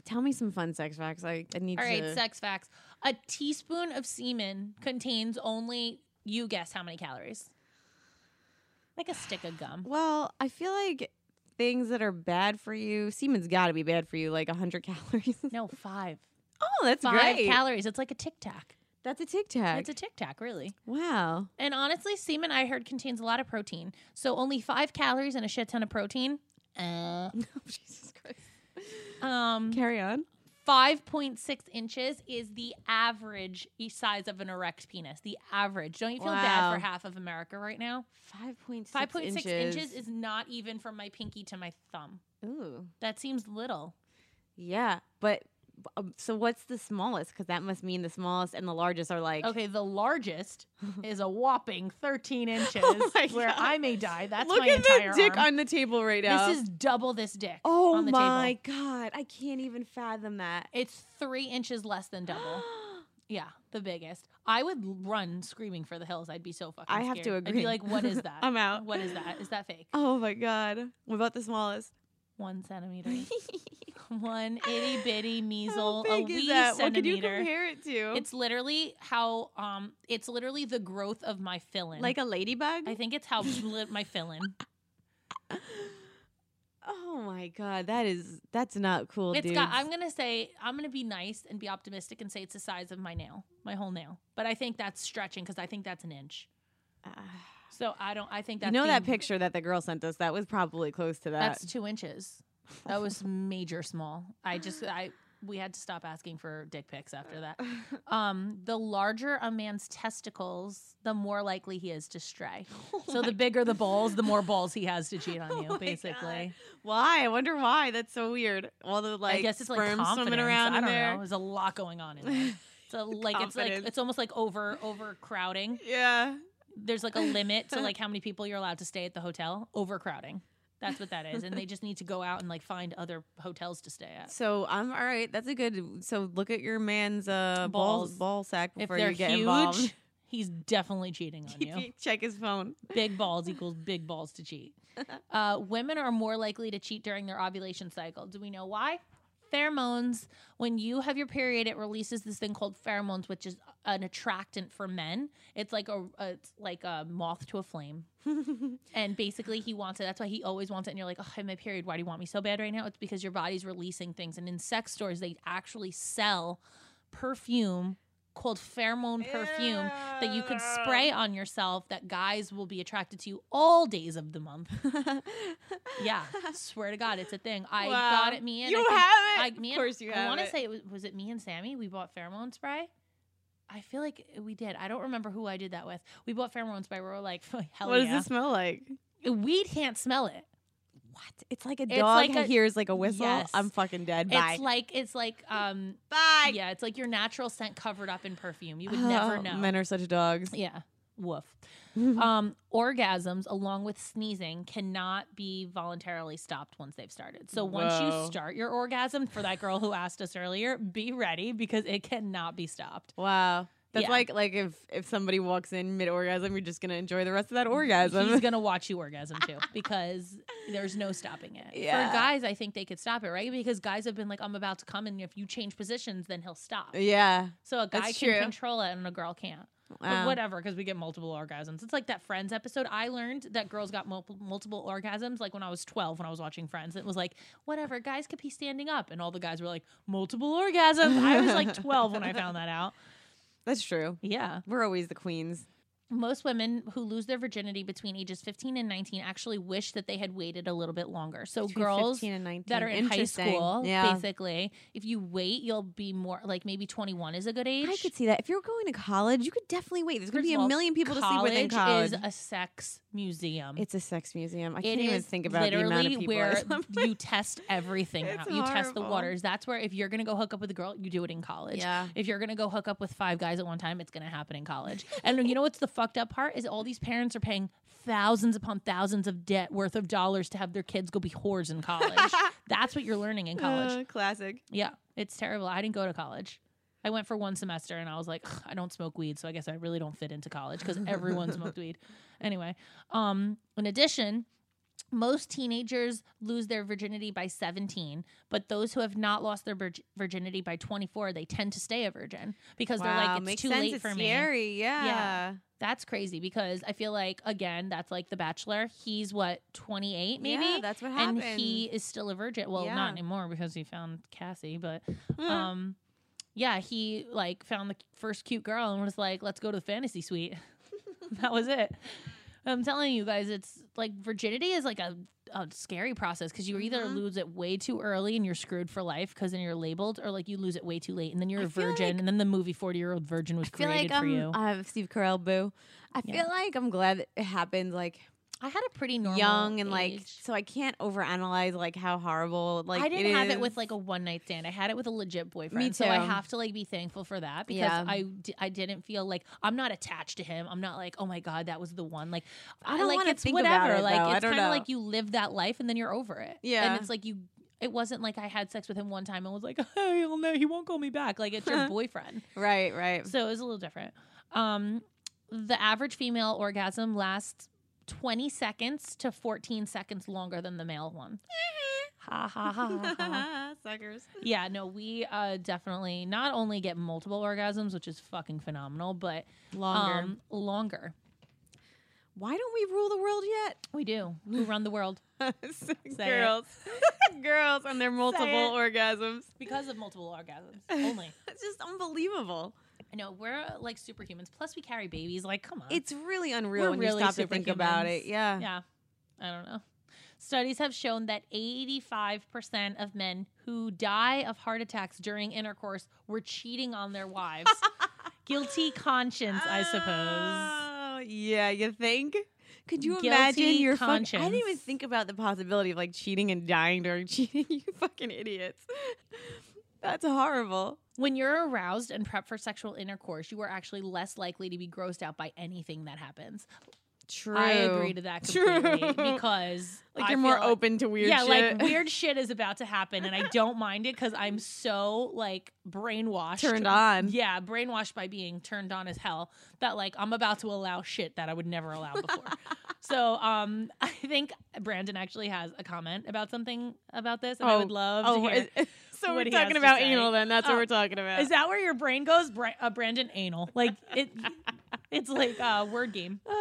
S1: Tell me some fun sex facts. I, I need
S2: All right,
S1: to.
S2: sex facts. A teaspoon of semen contains only you guess how many calories? Like a stick of gum.
S1: well, I feel like things that are bad for you, semen's got to be bad for you, like 100 calories.
S2: No, five.
S1: oh, that's
S2: Five
S1: great.
S2: calories. It's like a tic tac.
S1: that's a Tic Tac.
S2: It's a tic tac, really.
S1: wow.
S2: And honestly, semen I heard contains a lot of protein. So only five calories and a shit ton of protein. Uh,
S1: Jesus Christ.
S2: um,
S1: Carry on.
S2: Five point six inches is the average e- size of an erect penis. The average. Don't you feel bad
S1: Wow.
S2: for half of America right now?
S1: 5.6
S2: Five point six inches is not even from my pinky to my thumb.
S1: Ooh.
S2: That seems little.
S1: Yeah. But um, so what's the smallest? Because that must mean the smallest and the largest are like.
S2: Okay, the largest is a whopping thirteen inches,
S1: Oh my
S2: where
S1: God.
S2: I may die. That's
S1: Look
S2: my
S1: at
S2: entire
S1: the dick
S2: arm.
S1: on the table right now.
S2: This is double this dick.
S1: Oh
S2: on the
S1: my
S2: Table.
S1: god, I can't even fathom that.
S2: It's three inches less than double. yeah, the biggest. I would l- run screaming for the hills. I'd be so fucking.
S1: I have to
S2: scared. I'd be
S1: agree.
S2: like, what is that?
S1: I'm out.
S2: Uh, What is that? Is that fake?
S1: oh my god. What about the smallest?
S2: One centimeter. One itty bitty
S1: How
S2: measle.
S1: big
S2: a wee
S1: is that? What could you
S2: centimeter.
S1: compare it to?
S2: it's literally how um it's literally the growth of my fill in.
S1: like um, a ladybug.
S2: I think it's how li- my fill in.
S1: oh my god, that is that's not cool,
S2: It's
S1: dude.
S2: got. I'm gonna say I'm gonna be nice and be optimistic and say it's the size of my nail, my whole nail. But I think that's stretching because I think that's an inch. So I don't. I think that's
S1: Ah, you know
S2: the-
S1: that picture that the girl sent us. That was probably close to that.
S2: That's two inches. That was major small. I just I we had to stop asking for dick pics after that. Um, the larger a man's testicles, the more likely he is to stray. so the bigger the balls, the more balls he has to cheat on you.
S1: Oh my
S2: basically,
S1: why? I wonder why. That's so weird. All the like
S2: I guess it's like
S1: sperm
S2: confidence.
S1: swimming around
S2: I
S1: in
S2: don't
S1: there.
S2: know. There's a lot going on in there. So like it's like
S1: Confidence.
S2: it's almost like over overcrowding.
S1: Yeah.
S2: There's like a limit to like how many people you're allowed to stay at the hotel. Overcrowding. That's what that is. And they just need to go out and like find other hotels to stay at.
S1: So I'm all right. That's a good. So look at your man's uh, balls
S2: Balls.
S1: ball sack
S2: if
S1: before
S2: they're
S1: you get
S2: huge,
S1: involved.
S2: he's definitely cheating on you.
S1: Check his phone.
S2: big balls equals big balls to cheat. Uh, women are more likely to cheat during their ovulation cycle. Do we know why? Pheromones. When you have your period, it releases this thing called pheromones, which is an attractant for men. It's like a, a it's like a moth to a flame. and basically, he wants it. That's why he always wants it. And you're like, oh, I'm my period. Why do you want me so bad right now? It's because your body's releasing things. And in sex stores, they actually sell perfume called pheromone perfume that you could spray on yourself that guys will be attracted to you all days of the month. Yeah, swear to God, it's a thing. I
S1: Wow.
S2: got it. Me and
S1: you
S2: I think-
S1: have it.
S2: I, me
S1: of
S2: and-
S1: course, you have
S2: I want to
S1: it.
S2: say it was, was it me and Sammy? We bought pheromone spray. I feel like we did. I don't remember who I did that with. We bought pheromone spray. We were like, hell
S1: What
S2: yeah.
S1: does it smell like?
S2: We can't smell it.
S1: What? It's like a
S2: It's
S1: dog
S2: like a-
S1: hears like a whistle.
S2: Yes.
S1: I'm fucking dead. Bye.
S2: It's like it's like um
S1: Bye.
S2: yeah, it's like your natural scent covered up in perfume. You would never
S1: Oh,
S2: know.
S1: Men are such dogs.
S2: yeah. Woof. um, orgasms along with sneezing cannot be voluntarily stopped once they've started. So once
S1: Whoa.
S2: you start your orgasm, for that girl who asked us earlier, be ready because it cannot be stopped.
S1: Wow. That's
S2: Yeah.
S1: like like if if somebody walks in mid orgasm, you're just gonna enjoy the rest of that orgasm.
S2: He's gonna watch you orgasm too because there's no stopping it.
S1: Yeah.
S2: For guys, I think they could stop it, right? Because guys have been like, "I'm about to come," and if you change positions, then he'll stop.
S1: yeah.
S2: So a guy
S1: That's
S2: can
S1: true.
S2: control it, and a girl can't. But
S1: Wow.
S2: whatever, because we get multiple orgasms. It's like that Friends episode. I learned that girls got mul- multiple orgasms like when I was 12 when I was watching Friends. It was like, whatever, guys could be standing up. And all the guys were like, multiple orgasms. I was like 12 when I found that out.
S1: That's true.
S2: Yeah.
S1: We're always the queens.
S2: Most women who lose their virginity between ages 15 and 19 actually wish that they had waited a little bit longer. So,
S1: Between
S2: girls
S1: 15 and 19.
S2: that are in high
S1: Interesting.
S2: school,
S1: Yeah.
S2: basically, if you wait, you'll be more like maybe 21 is a good age.
S8: I could see that. If you're going to college, you could definitely wait. There's going
S2: First
S8: to be
S2: of
S8: a
S2: all,
S8: million people to sleep with in college.
S2: college is a sex museum.
S1: It's a sex museum. I
S2: It
S1: can't even
S2: is
S1: think about the
S2: literally
S1: amount of people.
S2: where
S1: I slept
S2: you test everything
S1: It's
S2: out. You test the
S1: horrible.
S2: waters. That's where if you're gonna go hook up with a girl, you do it in
S1: with.
S2: college.
S1: Yeah.
S2: If you're gonna go hook up with five guys at one time, it's gonna happen in college. and you know what's the fucked up part is all these parents are paying thousands upon thousands of debt worth of dollars to have their kids go be whores in college. That's what you're learning in college.
S1: Uh, classic.
S2: yeah, it's terrible. I didn't go to college. I went for one semester and I was like, "Ugh, I don't smoke weed, so I guess I really don't fit into college because everyone smoked weed. Anyway, um, in addition, most teenagers lose their virginity by 17, but those who have not lost their virg- virginity by 24, they tend to stay a virgin because they're
S1: Wow,
S2: like, it's
S1: makes
S2: too
S1: sense.
S2: late
S1: it's
S2: for me.
S1: scary. Yeah.
S2: That's crazy because I feel like, again, that's like The Bachelor. He's what, 28 maybe?
S1: Yeah, that's what
S2: and
S1: happened.
S2: he is still a virgin. Well,
S1: Yeah.
S2: not anymore because he found Cassie, but
S1: Uh-huh. Hmm.
S2: um yeah, he like found the first cute girl and was like, "Let's go to the fantasy suite." that was it. I'm telling you guys, it's like virginity is like a, a scary process because you either
S1: Mhm.
S2: lose it way too early and you're screwed for life because then you're labeled, or like you lose it way too late and then you're
S1: I
S2: a
S1: feel
S2: virgin,
S1: like-
S2: and then the movie Forty Year Old Virgin was
S1: I feel
S2: created
S1: like
S2: for you.
S1: I'm uh, Steve Carell boo. I
S2: Yeah.
S1: feel like I'm glad that it happened like
S2: I had a pretty normal
S1: young and like
S2: age.
S1: so I can't overanalyze like how horrible like
S2: I didn't have it
S1: is.
S2: with like a one night stand. I had it with a legit boyfriend.
S1: Me
S2: So I
S1: too.
S2: have to like be thankful for that because
S1: Yeah.
S2: I d- I didn't feel like I'm not attached to him. I'm not like oh my god that was the one. Like
S1: I don't
S2: like
S1: wanna
S2: it's
S1: think about
S2: whatever.
S1: it,
S2: like
S1: though. I
S2: it's
S1: don't
S2: kind of
S1: know.
S2: like you live that life and then you're over it.
S1: Yeah.
S2: and it's like you. It wasn't like I had sex with him one time and was like oh he'll know he won't call me back. Like it's your boyfriend.
S1: right, right.
S2: So it was a little different. Um, the average female orgasm lasts 20 seconds to 14 seconds longer than the male one.
S1: Mm-hmm.
S2: ha ha ha ha. ha.
S1: Suckers.
S2: Yeah, no, we uh, definitely not only get multiple orgasms, which is fucking phenomenal, but
S1: Longer.
S2: um, longer.
S1: Why don't we rule the world yet?
S2: We do. We run the world Say it.
S1: girls, girls, and their multiple
S2: it.
S1: orgasms.
S2: because of multiple orgasms only.
S1: It's just unbelievable.
S2: I know we're uh, like superhumans. Plus, we carry babies. Like, come on.
S1: It's really unreal
S2: We're
S1: when
S2: really
S1: you stop to think about
S2: superhumans.
S1: it. Yeah.
S2: yeah. I don't know. Studies have shown that 85% of men who die of heart attacks during intercourse were cheating on their wives. Guilty conscience, I suppose.
S1: Oh, yeah, you think? Could you
S2: Guilty
S1: imagine your fucking? I didn't even
S2: conscience.
S1: think about the possibility of like cheating and dying during cheating. you fucking idiots. That's horrible.
S2: When you're aroused and prepped for sexual intercourse, you are actually less likely to be grossed out by anything that happens.
S1: True.
S2: I agree to that
S1: True.
S2: completely because
S1: Like
S2: I
S1: you're more
S2: feel like-
S1: open to weird.
S2: yeah,
S1: shit.
S2: like weird shit is about to happen, and I don't mind it because I'm so like brainwashed,
S1: Turned on.
S2: Yeah, brainwashed by being turned on as hell that like I'm about to allow shit that I would never allow before. so um, I think Brandon actually has a comment about something about this, and I
S1: Oh,
S2: would love
S1: Oh,
S2: to hear.
S1: is- is- so
S2: what
S1: we're
S2: he has
S1: talking
S2: to
S1: about
S2: say.
S1: anal then. That's
S2: Oh,
S1: what we're talking about.
S2: Is that where your brain goes, Bra- uh, Brandon? Anal, like it. It's like a word game.
S1: Uh,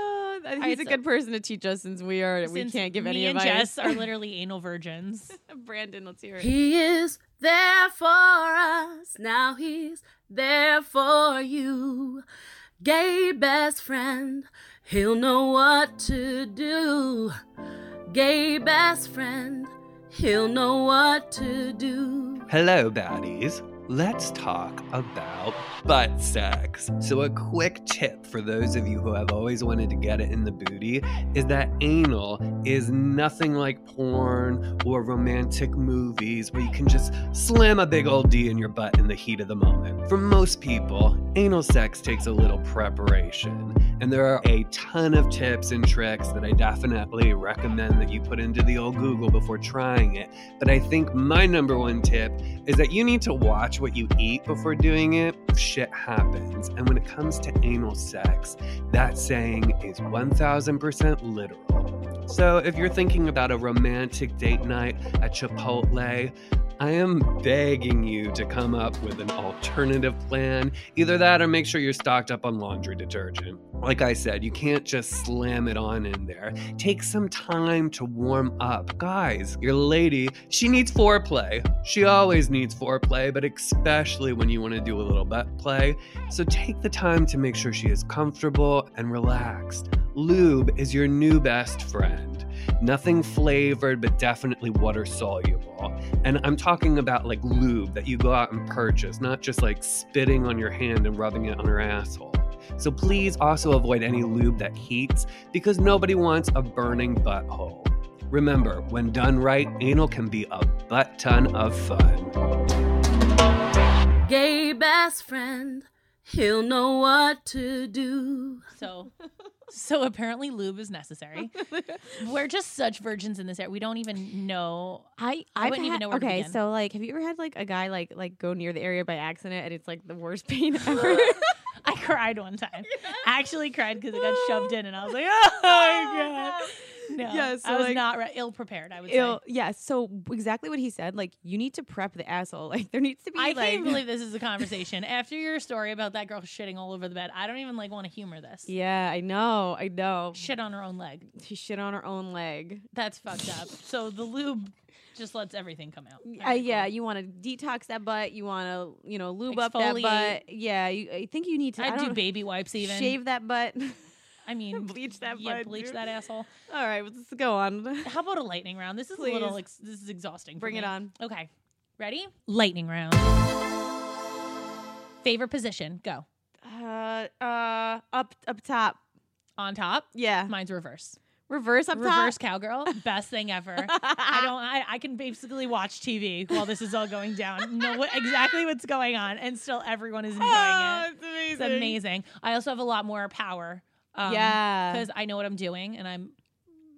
S1: he's
S2: right,
S1: a
S2: so-
S1: good person to teach us since we are we
S2: Since
S1: can't give any
S2: me and
S1: advice.
S2: Jess are literally anal virgins.
S1: Brandon, let's hear it.
S9: He is there for us. Now he's there for you. Gay best friend, he'll know what to do. Gay best friend, he'll know what to do.
S10: Hello, baddies. let's talk about butt sex. So, a quick tip for those of you who have always wanted to get it in the booty is that anal is nothing like porn or romantic movies where you can just slam a big old D in your butt in the heat of the moment. For most people, anal sex takes a little preparation. And there are a ton of tips and tricks that I definitely recommend that you put into the old Google before trying it. But I think my number one tip is that you need to watch what you eat before doing it. Shit happens. And when it comes to anal sex, that saying is 1000% literal. So if you're thinking about a romantic date night at Chipotle, I am begging you to come up with an alternative plan. Either that or make sure you're stocked up on laundry detergent. Like I said, you can't just slam it on in there. Take some time to warm up. Guys, your lady, she needs foreplay. She always needs foreplay, but especially when you want to do a little butt play. So take the time to make sure she is comfortable and relaxed. Lube is your new best friend. Nothing flavored, but definitely water soluble. And I'm talking about like lube that you go out and purchase, not just like spitting on your hand and rubbing it on her asshole. So please also avoid any lube that heats because nobody wants a burning butthole. Remember, when done right, anal can be a butt ton of fun.
S9: Gay best friend, he'll know what to do.
S2: So, so apparently lube is necessary. We're just such virgins in this area. We don't even know.
S1: I
S2: I
S1: I've
S2: wouldn't even
S1: had-
S2: know where to
S1: Okay,
S2: begin.
S1: so like, have you ever had like a guy like like go near the area by accident and it's like the worst pain ever?
S2: I cried one time. Actually cried because it got shoved in, and I was like, oh my god. No,
S1: Yeah, so,
S2: I was
S1: like-
S2: not re- ill prepared. I would say.
S1: Ew, yeah. So exactly what he said. Like you need to prep the asshole. Like there needs to be.
S2: I
S1: like,
S2: can't even believe this is a conversation. After your story about that girl shitting all over the bed, I don't even like want to humor this.
S1: Yeah, I know. I know.
S2: Shit on her own leg.
S1: She shit on her own leg.
S2: That's fucked up. So the lube just lets everything come out.
S1: Uh, yeah, you want to detox that butt. You want to, you know, lube up that
S2: Exfoliate.
S1: butt. Yeah, you, I think you need to.
S2: I, do
S1: don't-
S2: baby wipes even.
S1: Shave that butt.
S2: I mean,
S1: bleach that
S2: yeah,
S1: butt,
S2: bleach
S1: dude.
S2: that asshole.
S1: All right, well, let's go on.
S2: How about a lightning round? This is a little.
S1: Please.
S2: Ex- this is exhausting. for
S1: Bring it
S2: me.
S1: on.
S2: Okay, ready? Lightning round. Favorite position? Go
S1: Uh, uh, up, up top.
S2: on top.
S1: Yeah,
S2: Mine's reverse.
S1: reverse up
S2: reverse
S1: top.
S2: cowgirl. Best thing ever. I don't. I, I can basically watch TV while this is all going down. Know what, exactly what's going on, and still everyone is enjoying
S1: Oh,
S2: it.
S1: it's amazing.
S2: Ah, It's amazing. I also have a lot more power. Um,
S1: yeah,
S2: because I know what I'm doing, and I'm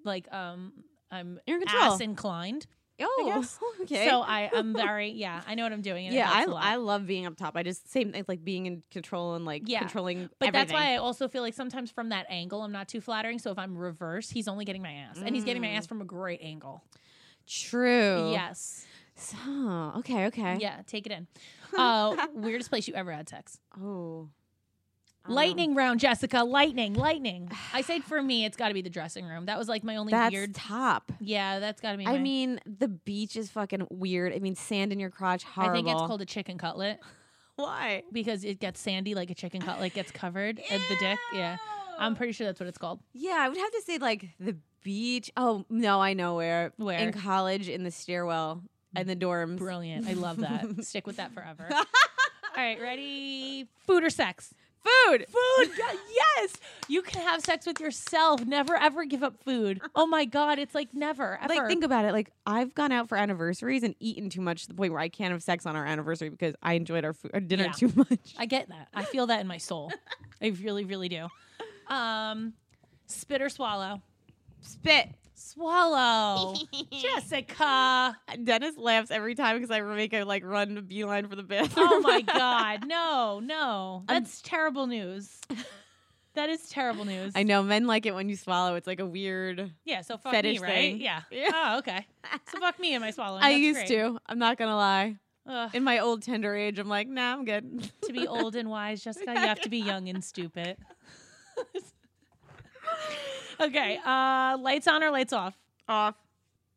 S2: like, um, I'm
S1: You're in control.
S2: ass inclined.
S1: oh,
S2: guess.
S1: okay.
S2: So I, I'm very, yeah, I know what I'm doing. And
S1: yeah, I, I
S2: I,
S1: love being up top. I just same it's like being in control and like
S2: Yeah.
S1: controlling.
S2: but
S1: everything.
S2: that's why I also feel like sometimes from that angle, I'm not too flattering. So if I'm reverse, he's only getting my ass, and he's getting my ass from a great angle.
S1: Mm. True.
S2: Yes.
S1: So okay, okay.
S2: Yeah, take it in. Uh, weirdest place you ever had sex?
S1: Oh. Um,
S2: Lightning round, Jessica. Lightning, lightning. I said for me, it's got to be the dressing room. That was like my only
S1: That's
S2: weird.
S1: top.
S2: Yeah, that's got to be.
S1: I
S2: mine.
S1: mean, the beach is fucking weird. I mean, sand in your crotch, horrible.
S2: I think it's called a chicken cutlet
S1: Why?
S2: because it gets sandy like a chicken cutlet gets covered at the dick. Yeah, I'm pretty sure that's what it's called.
S1: Yeah, I would have to say like the beach. Oh no, I know where.
S2: Where?
S1: in college in the stairwell in the dorms.
S2: Brilliant. I love that. Stick with that forever. All right, ready? Food or sex?
S1: Food.
S2: Food. yes. You can have sex with yourself. Never ever give up food. Oh my god, it's like never ever.
S1: Like think about it. Like I've gone out for anniversaries and eaten too much to the point where I can't have sex on our anniversary because I enjoyed our, food, our dinner
S2: Yeah.
S1: too much.
S2: I get that. I feel that in my soul. I really, really do. Um, spit or swallow?
S1: Spit.
S2: Swallow. Jessica.
S1: Dennis laughs every time because I make a like run to beeline for the bathroom.
S2: Oh my God. No, no. That's terrible news. That is terrible news.
S1: I know men like it when you swallow. It's like a weird.
S2: Yeah, so fuck
S1: Fetish
S2: me, right?
S1: thing.
S2: Yeah.
S1: Yeah.
S2: Oh, okay. So fuck me and my swallowing.
S1: I
S2: That's
S1: used
S2: great.
S1: to. I'm not gonna lie.
S2: Ugh,
S1: In my old tender age, I'm like, nah, I'm good.
S2: to be old and wise, Jessica, you have to be young and stupid. okay. Uh, lights on or lights off?
S1: Off.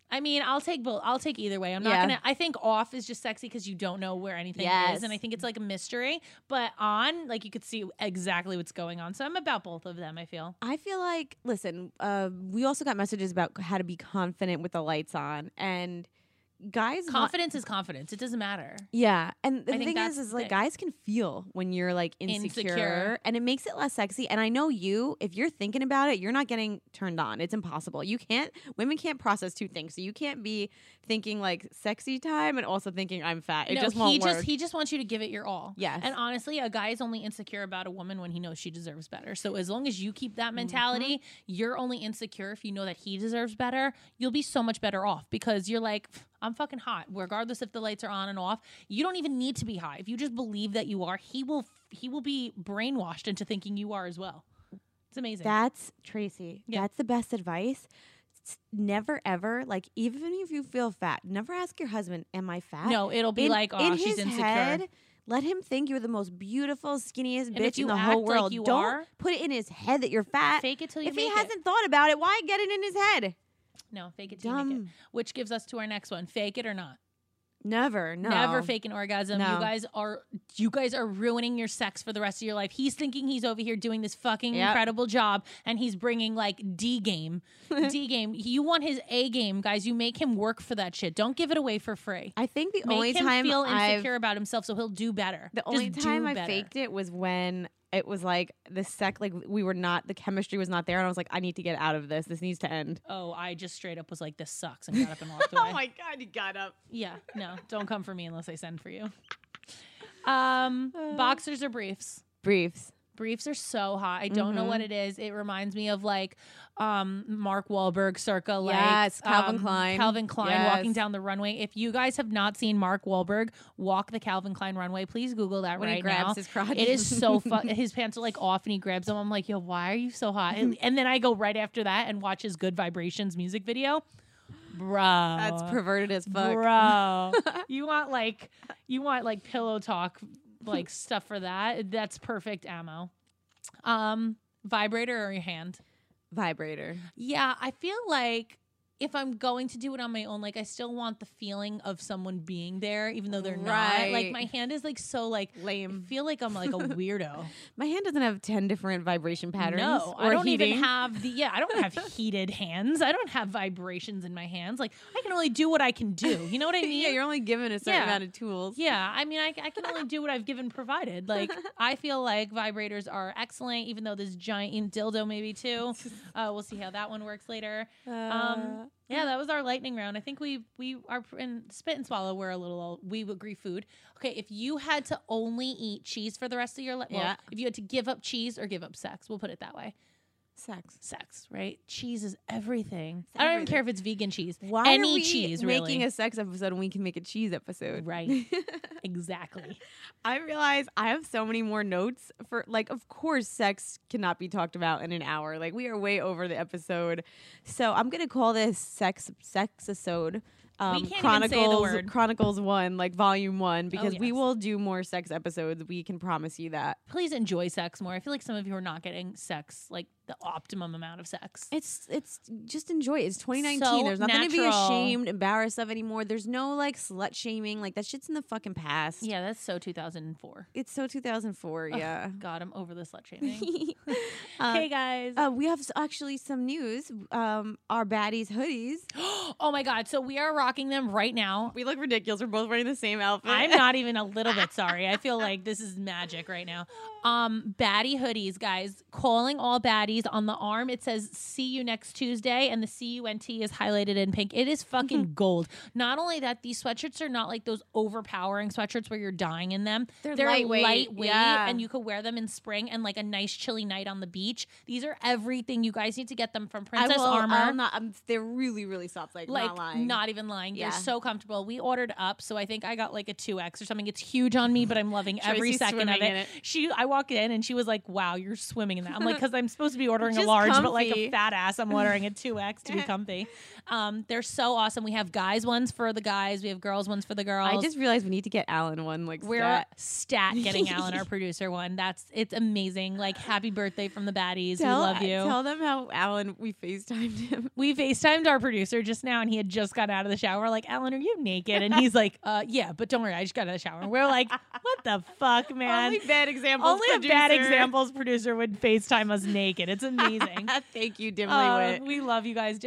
S2: I mean, I'll take both. I'll take either way. I'm not
S1: Yeah.
S2: gonna. I think off is just sexy because you don't know where anything
S1: Yes.
S2: is, and I think it's like a mystery. But on, like you could see exactly what's going on. So I'm about both of them. I feel.
S1: I feel like, listen, uh, we also got messages about how to be confident with the lights on. And guys not-
S2: confidence is confidence. It doesn't matter.
S1: Yeah, and the
S2: think
S1: thing
S2: that's
S1: is,
S2: the
S1: is like
S2: thing.
S1: guys can feel when you're like insecure,
S2: Insecure.
S1: and it makes it less sexy. And I know you, if you're thinking about it, you're not getting turned on. It's impossible. You can't. Women can't process two things, so you can't be thinking like sexy time and also thinking I'm fat. It
S2: no,
S1: just
S2: he
S1: won't work.
S2: just he just wants you to give it your all.
S1: Yes.
S2: And honestly, a guy is only insecure about a woman when he knows she deserves better. So as long as you keep
S1: Mm-hmm.
S2: that mentality, you're only insecure if you know that he deserves better. You'll be so much better off because you're like, I'm fucking hot, regardless if the lights are on and off. You don't even need to be hot. If you just believe that you are, he will he will be brainwashed into thinking you are as well. It's amazing.
S1: That's Tracy.
S2: Yeah.
S1: That's the best advice. S- Never ever, like even if you feel fat, never ask your husband, "Am I fat?"
S2: no, it'll be
S1: In-
S2: like, oh,
S1: in
S2: she's
S1: his
S2: insecure.
S1: head, let him think you're the most beautiful, skinniest
S2: And if
S1: bitch
S2: you
S1: in the whole
S2: act like
S1: world.
S2: you
S1: Don't
S2: are-
S1: put it in his head that you're fat.
S2: Fake it till you
S1: If
S2: make
S1: he
S2: it.
S1: hasn't thought about it, why get it in his head?
S2: no, fake it till you make
S1: Dumb.
S2: it. Which gives us to our next one: fake it or not.
S1: Never, no.
S2: Never fake an orgasm. You
S1: No.
S2: guys are you guys are ruining your sex for the rest of your life. He's thinking he's over here doing this fucking
S1: Yep.
S2: incredible job, and he's bringing like D game, D game. You want his A game, guys. You make him work for that shit. Don't give it away for free.
S1: I think the
S2: Make
S1: only
S2: him
S1: time
S2: feel
S1: I've
S2: insecure about himself, so he'll do better.
S1: The
S2: Just
S1: only time
S2: do
S1: I
S2: better.
S1: faked it was when it was like the sec, like we were not, the chemistry was not there, and I was like, I need to get out of this. This needs to end.
S2: Oh, I just straight up was like, "This sucks," and got up and walked away.
S1: Oh god, you got up.
S2: yeah, no, don't come for me unless I send for you. Um, boxers or briefs.
S1: Briefs.
S2: Briefs are so hot. I don't know what
S1: Mm-hmm.
S2: it is. It reminds me of like um Mark Wahlberg circa like
S1: Yes, Calvin
S2: um,
S1: Klein.
S2: Calvin Klein walking
S1: Yes.
S2: down the runway. If you guys have not seen Mark Wahlberg walk the Calvin Klein runway, please Google that
S1: When
S2: right
S1: he grabs
S2: now.
S1: his crotch.
S2: It is so fun. His pants are like off and he grabs them. I'm like, yo, why are you so hot? And, and then I go right after that and watch his Good Vibrations music video. Bro.
S1: That's perverted as fuck.
S2: Bro, you want like you want like pillow talk like stuff for that. That's perfect ammo. Um vibrator or your hand?
S1: Vibrator.
S2: Yeah, I feel like if I'm going to do it on my own, like I still want the feeling of someone being there, even though they're not. Like
S1: Right.
S2: my hand is like so like I
S1: Lame.
S2: feel like I'm like a weirdo.
S1: My hand doesn't have 10 different vibration patterns.
S2: No,
S1: or
S2: I don't
S1: heating.
S2: even have the yeah. I don't have heated hands. I don't have vibrations in my hands. Like I can only do what I can do. You know what I mean?
S1: Yeah, you're only given a certain
S2: Yeah.
S1: amount of tools.
S2: Yeah, I mean, I, I can only do what I've given provided. Like, I feel like vibrators are excellent, even though this giant dildo maybe too. Uh, we'll see how that one works later.
S1: Uh,
S2: Um, yeah, that was our lightning round. I think we we are in spit and swallow. We're a little old. we agree food. Okay, if you had to only eat cheese for the rest of your life, well,
S1: Yeah.
S2: if you had to give up cheese or give up sex, we'll put it that way.
S1: Sex.
S2: Sex, right? Cheese is everything. I don't even care if it's vegan cheese.
S1: Why
S2: Any
S1: are we
S2: cheese,
S1: making
S2: really.
S1: a sex episode and we can make a cheese episode?
S2: Right. exactly.
S1: I realize I have so many more notes for like of course sex cannot be talked about in an hour. Like we are way over the episode. So I'm gonna call this sex sexisode. Um
S2: can't even say the
S1: Chronicles
S2: word.
S1: Chronicles one, like volume one, because we
S2: yes.
S1: will do more sex episodes. We can promise you that.
S2: please enjoy sex more. I feel like some of you are not getting sex, like the optimum amount of sex.
S1: It's it's just enjoy it. It's 2019.
S2: So
S1: There's nothing to be
S2: natural.
S1: ashamed, embarrassed of anymore. There's no like slut shaming. Like that shit's in the fucking past.
S2: Yeah, that's so 2004.
S1: It's so 2004. yeah.
S2: God, I'm over the Um, slut shaming. hey guys.
S1: Uh, we have s- actually some news. Um, our baddies hoodies.
S2: oh my God. So we are rocking them right now.
S1: We look ridiculous. We're both wearing the same outfit.
S2: I'm not even a little bit sorry. I feel like this is magic right now. Um, baddie hoodies, guys. Calling all baddies on the arm. It says "See you next Tuesday," and the C U N T is highlighted in pink. It is
S1: Mm-hmm.
S2: fucking gold. Not only that, these sweatshirts are not like those overpowering sweatshirts where you're dying in them.
S1: They're lightweight.
S2: lightweight,
S1: Yeah.
S2: and you could wear them in spring and like a nice chilly night on the beach. These are everything. You guys need to get them from
S1: I
S2: Princess
S1: will- um,
S2: Armor
S1: I'll not- I'm- they're really, really soft. Like,
S2: like
S1: not lying.
S2: even lying.
S1: Yeah.
S2: They're so comfortable. We ordered up, so I think I got like a two X or something. It's huge on me, but I'm loving every
S1: Tracy's
S2: second of
S1: swimming
S2: it.
S1: in it.
S2: She, I walked in and she was like, "Wow, you're swimming in that." I'm like, "Cause I'm supposed to be ordering a
S1: Just
S2: large, but like a
S1: comfy.
S2: fat ass, I'm ordering a two X to be comfy." Um, they're so awesome. We have guys ones for the guys. We have girls ones for the girls.
S1: I just realized we need to get Alan one. Like,
S2: We're
S1: stat.
S2: stat getting Alan, our producer, one. That's it's amazing. Like happy birthday from the baddies.
S1: tell,
S2: we love you.
S1: Tell them how Alan we Facetimed him.
S2: we FaceTimed our producer just now and he had just got out of the shower. Like, Alan, are you naked? And he's like, uh, yeah, but don't worry, I just got out of the shower. And we're like, what the fuck, man?
S1: Only bad examples.
S2: Only a bad
S1: producer.
S2: examples producer would FaceTime us naked. It's It's amazing.
S1: Thank you, Dimly Uh.
S2: Uh,
S1: Wit.
S2: we love you guys.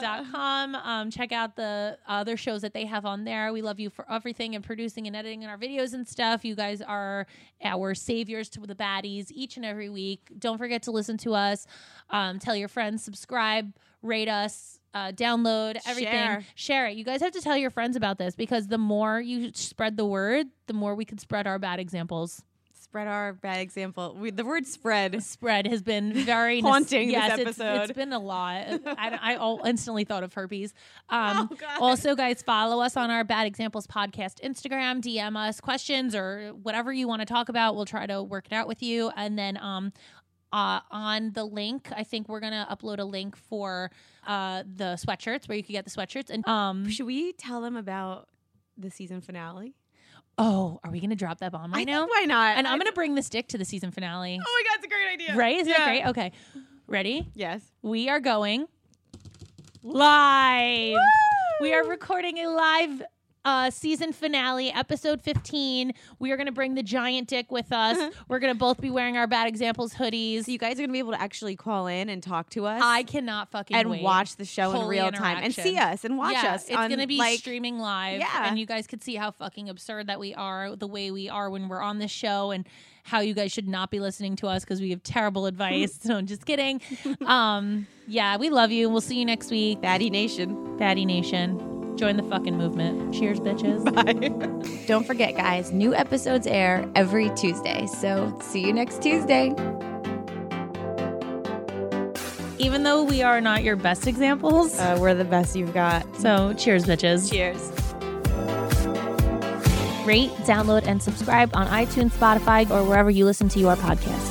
S2: Dimlywit.com. Um, check out the other shows that they have on there. We love you for everything and producing and editing and our videos and stuff. You guys are our saviors to the baddies each and every week. Don't forget to listen to us. Um, tell your friends, subscribe, rate us. Uh, download everything,
S1: Share.
S2: share it. You guys have to tell your friends about this because the more you spread the word, the more we can spread our bad examples.
S1: Spread our bad example. We, the word spread.
S2: spread has been very
S1: Haunting this
S2: yes, it's- it's
S1: episode.
S2: been a lot. I, don't- I all instantly thought of herpes. Um,
S1: Oh, God.
S2: also, guys, follow us on our Bad Examples podcast Instagram. DM us questions or whatever you want to talk about. We'll try to work it out with you. And then um, uh, on the link, I think we're gonna upload a link for uh, the sweatshirts where you can get the sweatshirts. And um,
S1: Should we tell them about the season finale?
S2: oh, are we gonna drop that bomb right
S1: I
S2: now?
S1: Think why not?
S2: And I'm
S1: I-
S2: gonna bring this dick to the season finale.
S1: Oh my god, it's a great idea.
S2: Right? Isn't that
S1: Yeah.
S2: great? Okay. Ready?
S1: Yes.
S2: we are going live. We are recording a live uh, season finale, episode 15. We are going to bring the giant dick with us. We're going to both be wearing our Bad Examples hoodies.
S1: Uh-huh. So you guys are gonna be able to actually call in and talk to us.
S2: I cannot fucking
S1: and
S2: wait.
S1: watch the show in
S2: Holy
S1: real time and see
S2: interaction.
S1: us and watch
S2: Yeah,
S1: us.
S2: It's
S1: on,
S2: gonna be
S1: like,
S2: streaming live,
S1: Yeah.
S2: and you guys could see how fucking absurd that we are, the way we are when we're on this show, and how you guys should not be listening to us because we give terrible advice. so I'm just kidding. Um, yeah, we love you. We'll see you next week.
S1: Batty Nation.
S2: Batty Nation. Join the fucking movement. Cheers, bitches.
S6: Don't forget, guys, new episodes air every Tuesday. So see you next Tuesday.
S2: Even though we are not your best examples.
S1: Uh, we're the best you've got.
S2: so, cheers, bitches.
S1: Cheers.
S11: Rate, download, and subscribe on iTunes, Spotify, or wherever you listen to your podcast.